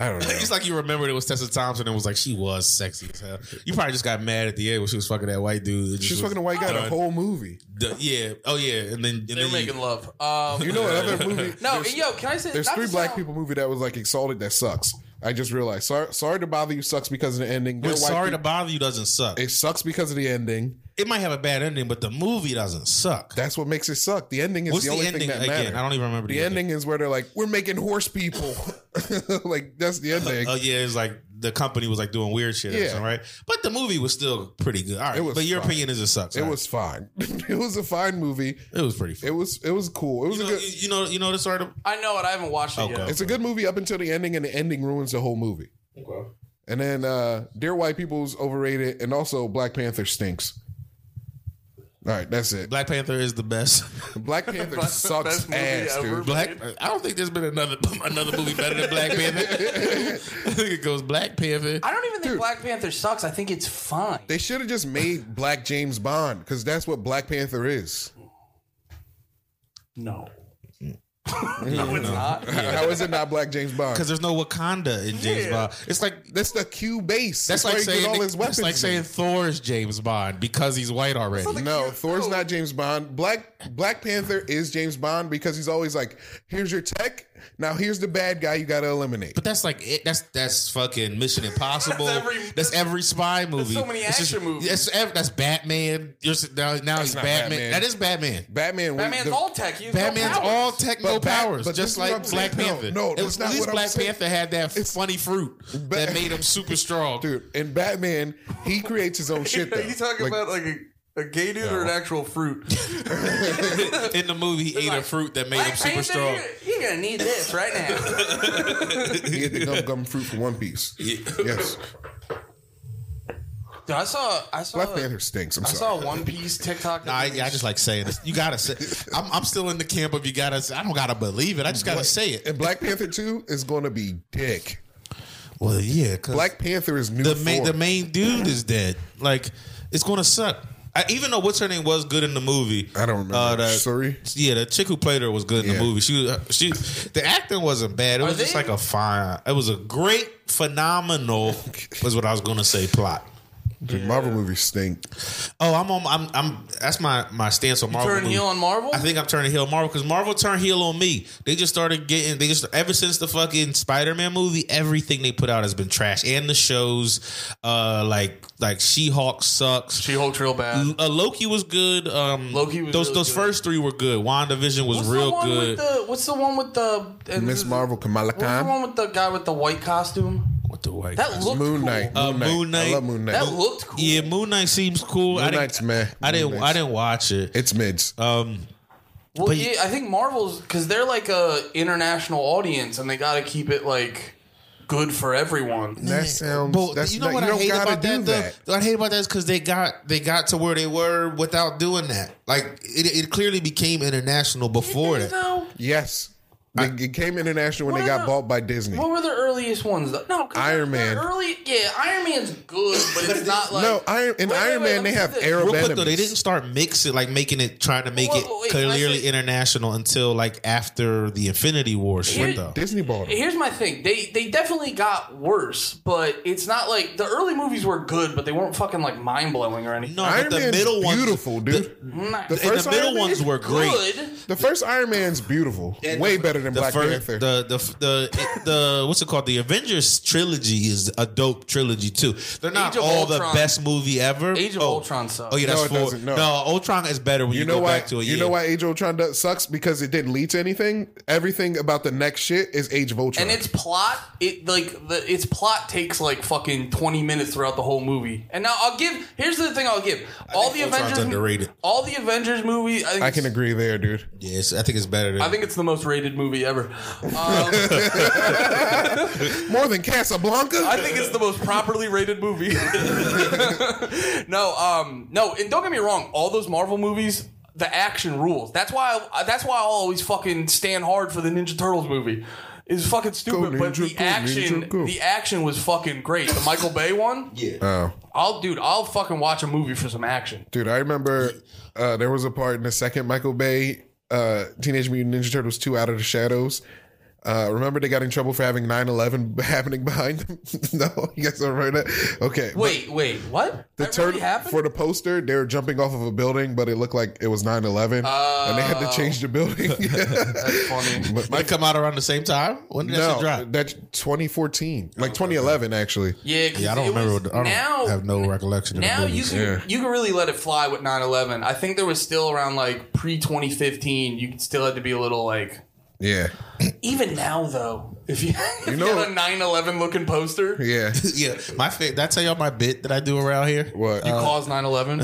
A: I don't know.
B: It's like you remembered it was Tessa Thompson and was like she was sexy as hell. You probably just got mad at the end when she was fucking that white dude. It just
A: She was
B: was
A: fucking a white guy the
B: done.
A: whole movie.
B: The- yeah. Oh yeah. And then and
C: They're
B: then
C: making love. Um,
A: You know another movie?
C: No,
A: there's,
C: and yo, can I say
A: there's
C: not
A: three
C: to
A: black
C: sound-
A: people movie that was like exalted that sucks. I just realized. Sorry, sorry to bother you sucks because of the ending.
B: you,
A: Dear White
B: sorry to
A: People-
B: bother you doesn't suck.
A: it sucks because of the ending.
B: it might have a bad ending, but the movie doesn't suck.
A: That's what makes it suck. The ending is
B: What's
A: the
B: the,
A: only
B: ending
A: thing that
B: again?
A: matters.
B: I don't even remember
A: the ending is where they're like, "We're making horse people." like that's the ending.
B: Oh yeah, it's like the company was like doing weird shit, or
A: Yeah.
B: something, right? But the movie was still pretty good. All right,
A: It was
B: but your
A: fine.
B: opinion is it sucks.
A: It
B: All right.
A: was fine. it was a fine movie.
B: it was pretty. Fun.
A: It was it was cool. It was
B: you,
A: a
B: know,
A: good.
B: you you know, you know the sort of.
C: I know it. I haven't watched it
B: Okay.
C: yet.
A: it's a good movie up until the ending, and the ending ruins the whole movie. And then uh Dear White People's overrated, and also Black Panther stinks. All right, that's it.
B: Black Panther is the best.
A: Black Panther
C: Black-
A: sucks
C: best movie
A: ass,
C: ever.
A: dude.
B: Black. I don't think there's been another another movie better than Black Panther. I think it goes Black Panther.
C: I don't even think
A: Dude.
C: Black Panther sucks. I think it's fine.
A: They should have just made Black James Bond because that's what Black Panther is.
C: No. no, it's not.
A: How is it not Black James Bond?
B: Because there's no Wakanda in James
C: Yeah.
B: Bond. It's like
A: That's the Q base.
B: that's like
A: where he get
B: saying
A: all his weapons.
B: that's like
A: in.
B: saying Thor is James Bond because he's white already.
A: No, Thor's not James Bond. Black Black Panther is James Bond because he's always like, "Here's your tech. Now here's the bad guy you got to eliminate."
B: But that's like it, that's that's fucking Mission Impossible.
C: That's
B: that's,
C: every-
B: every, spy movie.
C: so many
B: It's just-
C: action movies.
B: That's, ev- that's Batman. You're, s- now now he's
A: not
B: Batman.
A: Batman.
B: That is Batman.
A: Batman. we-
C: Batman's
A: the-
C: all tech. He has no
B: Batman's
C: powers.
B: all techno
A: But Bat-
B: powers,
A: but this
B: just
A: is what
B: like
A: I'm
B: Black
A: saying. No,
B: Panther.
A: no,
B: It
A: that's
B: was-
A: not
B: at least
A: what I'm
B: Black
A: saying.
B: Panther had that funny fruit that made him super strong.
A: dude. And Batman, he creates his own shit. Though.
C: Are you talking
A: Like,
C: about like a, a gay dude or an actual fruit?
B: In the movie, he ate a
C: like,
B: fruit that made
C: Black
B: him super
C: Panther,
B: strong.
C: You're, you're gonna need this right now.
A: he had the gum gum fruit for One Piece. Yes,
C: Dude, I saw. I saw.
A: Black Panther stinks. I'm
C: Uh, I
A: sorry.
C: saw a One Piece TikTok.
B: Nah, I, I just like saying this. You gotta say. I'm, I'm still in the camp of you gotta. say- I don't gotta believe it. I just gotta say it.
A: And Black Panther Two is going to be dick.
B: Well, yeah. 'cause-
A: Black Panther is new.
B: the main
A: Thor.
B: the main dude is dead. Like it's gonna suck. I, even though what's her name was good in the movie. Uh,
A: I don't remember.
B: the-
A: Shuri?
B: Yeah, the chick who played her was good in
A: Yeah.
B: the movie. She was she the acting wasn't bad. It was just
C: they-
B: like a fine. It was a great phenomenal was what I was gonna say plot.
A: Dude, Marvel movies stink.
B: Oh, I'm on. I'm. I'm. That's my my stance on Marvel.
C: turn heel
B: movies.
C: on Marvel.
B: I think I'm turning heel on Marvel because Marvel turned heel on me. They just started getting. They just ever since the fucking Spider Man movie, everything they put out has been trash. And the shows, uh, like like She Hulk sucks.
C: She Hulk's real bad.
B: uh, Loki was good. Um,
C: Loki was
B: those
C: really
B: those
C: good.
B: first three were good. WandaVision was
C: What's the
B: real
C: one
B: good.
C: With the, what's the one with the and
A: Miss
C: this is-
A: Marvel, Kamala
C: What's the
A: Khan,
C: one with the guy with the white costume?
B: what the way?
C: That looked
A: Moon
C: cool.
A: Knight,
B: Uh, Moon
A: I
B: Knight.
A: love Moon Knight.
C: That looked cool.
B: yeah, Moon Knight seems cool.
A: Moon
B: I didn't.
A: Knight's meh.
B: I didn't.
A: Moon
B: I
A: Knight's-
B: didn't watch it.
A: It's mids.
B: Um,
C: Well,
B: But-
C: yeah, I think Marvel's because they're like a international audience, and they got to keep it like good for everyone.
A: That sounds.
B: But
A: that's
B: you know
A: not-
B: what
A: you
B: I
A: don't
B: hate
A: gotta
B: about
A: do
B: that, though. What I hate about that is because they got they got to where they were without doing that. Like it, it clearly became international before that.
C: No,
A: Yes, they, it came international when they
C: What
A: got
C: about-
A: bought by Disney.
C: what were the earliest ones? Though? No, 'cause
A: Iron
C: they're
A: Man.
C: Early, yeah, Iron Man's good, but it's not like
A: no, Iron in
C: Wait, wait,
A: Iron
C: wait,
A: Man
C: let me
A: they
C: see
A: have
C: this.
A: Arab
B: Real quick
A: enemies.
B: though, they didn't start mixing like making it trying to make
C: Whoa,
B: it
C: whoa, wait, can I
B: clearly
C: say-
B: international until like after the Infinity War
C: Here-
B: shit though.
A: Disney bought them.
C: Here's my thing. They they definitely got worse, but it's not like the early movies were good, but they weren't fucking like mind blowing or anything.
B: No,
A: Iron
B: but the
A: Man's
B: middle ones,
A: beautiful, dude.
C: Not-
A: The
C: it's
B: and
A: First
B: the
A: Iron
B: middle
A: Man
B: ones
A: is
B: were great.
C: good.
A: The first Iron Man's beautiful, way better than
B: The
A: Black
B: first,
A: Panther.
B: the the the, the what's it called? The Avengers trilogy is a dope trilogy too. They're not
C: Age of
B: all
C: Ultron.
B: the best movie ever.
C: Age of
B: oh.
C: Ultron sucks.
B: Oh yeah, that's
A: No, it
B: four.
A: doesn't, no.
B: no, Ultron is better when you,
A: You know
B: go
A: why?
B: back to it.
A: You
B: yeah.
A: know why Age of Ultron does, sucks because it didn't lead to anything. Everything about the next shit is Age of Ultron.
C: And its plot, it like the its plot takes like fucking twenty minutes throughout the whole movie. And now I'll give. Here's the thing I'll give. all the
B: think Ultron's
C: Avengers,
B: underrated.
C: all the Avengers movie. I, think
A: I can agree there, dude.
B: Yes, I think it's better. Than,
C: I think it's the most rated movie ever. Um,
A: More than Casablanca.
C: I think it's the most properly rated movie. no, um, no, and don't get me wrong. All those Marvel movies, the action rules. That's why. I, that's why I always fucking stand hard for the Ninja Turtles movie. It's fucking stupid,
A: Go,
C: but
A: Ninja,
C: the
A: go,
C: action,
A: Ninja, go.
C: the action was fucking great. The Michael Bay one. Yeah.
A: oh.
C: I'll, dude, I'll fucking watch a movie for some action.
A: Dude, I remember uh, there was a part in the second Michael Bay uh, Teenage Mutant Ninja Turtles 2 Out of the Shadows. Uh, remember they got in trouble for having 9-11 happening behind them? no, you guys don't remember that? Okay. but
C: Wait, wait, what?
A: the
C: that really
A: turtle-
C: happened?
A: for the poster, they were jumping off of a building, but it looked like it was 9-11. and they
C: Oh.
A: had to change the building.
C: Funny.
A: but
B: might
A: Mike,
B: come out around the same time. When did that shit
A: no,
B: drop?
A: that's 2014. Like 2011, actually.
C: Yeah, 'cause
B: Yeah, I don't
C: it
B: remember.
C: was-
B: what- I don't
C: now,
B: have no recollection. Of
C: Now
B: the
C: you
B: movies.
C: can you can really let it fly with 9/11. I think there was still around like pre 2015. You still had to be a little like.
A: Yeah.
C: Even now though, if you if you,
A: know-
C: had a 9/11 looking poster, you
A: Yeah.
B: yeah, my fa- did I tell y'all my bit that I do around here?
A: What? Um,
C: cause 9/11.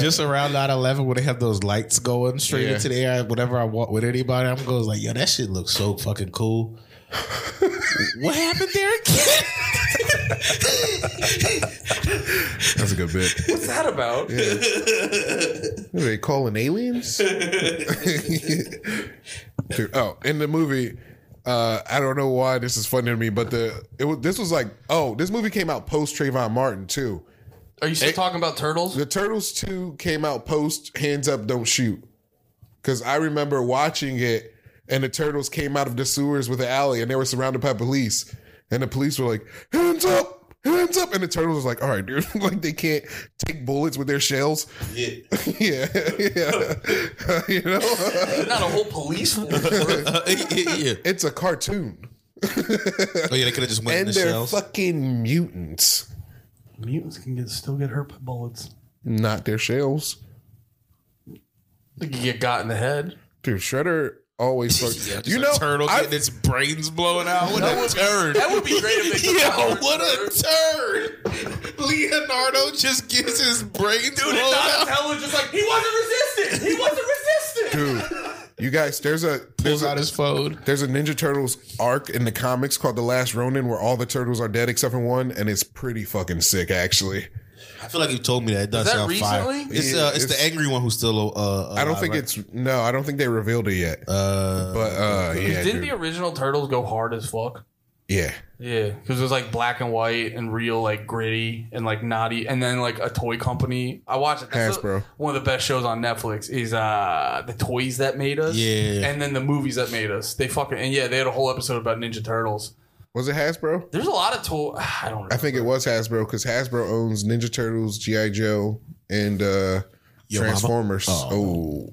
B: just around 9 11 when they have those lights going straight
A: Yeah.
B: into the air. Whenever I walk with anybody, I'm going like, yo, that shit looks so fucking cool. what happened there again?
A: that's a good bit.
C: What's that about?
A: What Are they calling aliens? Oh, Dude, oh, in the movie, uh, I don't know why this is funny to me, but the it was, this was like, oh, this movie came out post Trayvon Martin too.
C: Are you still talking about turtles?
A: The Turtles two came out post Hands Up, Don't Shoot, because I remember watching it, and the Turtles came out of the sewers with the alley, and they were surrounded by police, and the police were like, hands up. Hands up, and the turtles was like, "All right, dude, like they can't take bullets with their shells." Yeah, yeah, yeah. you know,
C: Not a whole police force. worth.
B: yeah.
A: It's a cartoon.
B: Oh, yeah, they could have just went in
A: And
B: the
A: they're
B: shells.
A: fucking mutants,
C: Mutants can get still get hurt by bullets.
A: not their shells.
C: They can get got in the head.
A: Dude, Shredder always fuck-
B: Yeah, just
A: You
B: a
A: know,
B: turtle
A: I-
B: getting its brains blown out. What a turd!
C: That would be great if they
B: Yo, what a turd! Leonardo just gets his brains blown
C: Not
B: out.
C: intelligent, just like he wasn't resistant. He wasn't resistant.
A: dude, you guys, there's a there's
B: Pulls out
A: a,
B: his phone.
A: there's a Ninja Turtles arc in the comics called The Last Ronin where all the turtles are dead except for one, and it's pretty fucking sick, actually.
B: I feel like you told me that. It does
C: Is that
B: sound fire.
C: recently?
B: It's,
A: Yeah,
B: uh, it's,
A: it's-
B: the angry one who's still. Uh,
A: I don't think it's no, I don't think they revealed it yet. but uh, yeah,
C: Didn't
A: dude.
C: the original turtles go hard as fuck?
A: yeah,
C: Yeah, because it was like black and white and real, like gritty and like naughty, and then like a toy company. I watched it. That's
A: Hasbro.
C: the- one of the best shows on Netflix is uh the toys that made us.
B: Yeah.
C: and then the movies that made us. They fucking and yeah, they had a whole episode about Ninja Turtles.
A: was it Hasbro?
C: There's a lot of toy. I don't. Remember.
A: I think it was Hasbro because Hasbro owns Ninja Turtles, GI Joe, and uh,
B: Mama.
A: Transformers. Oh.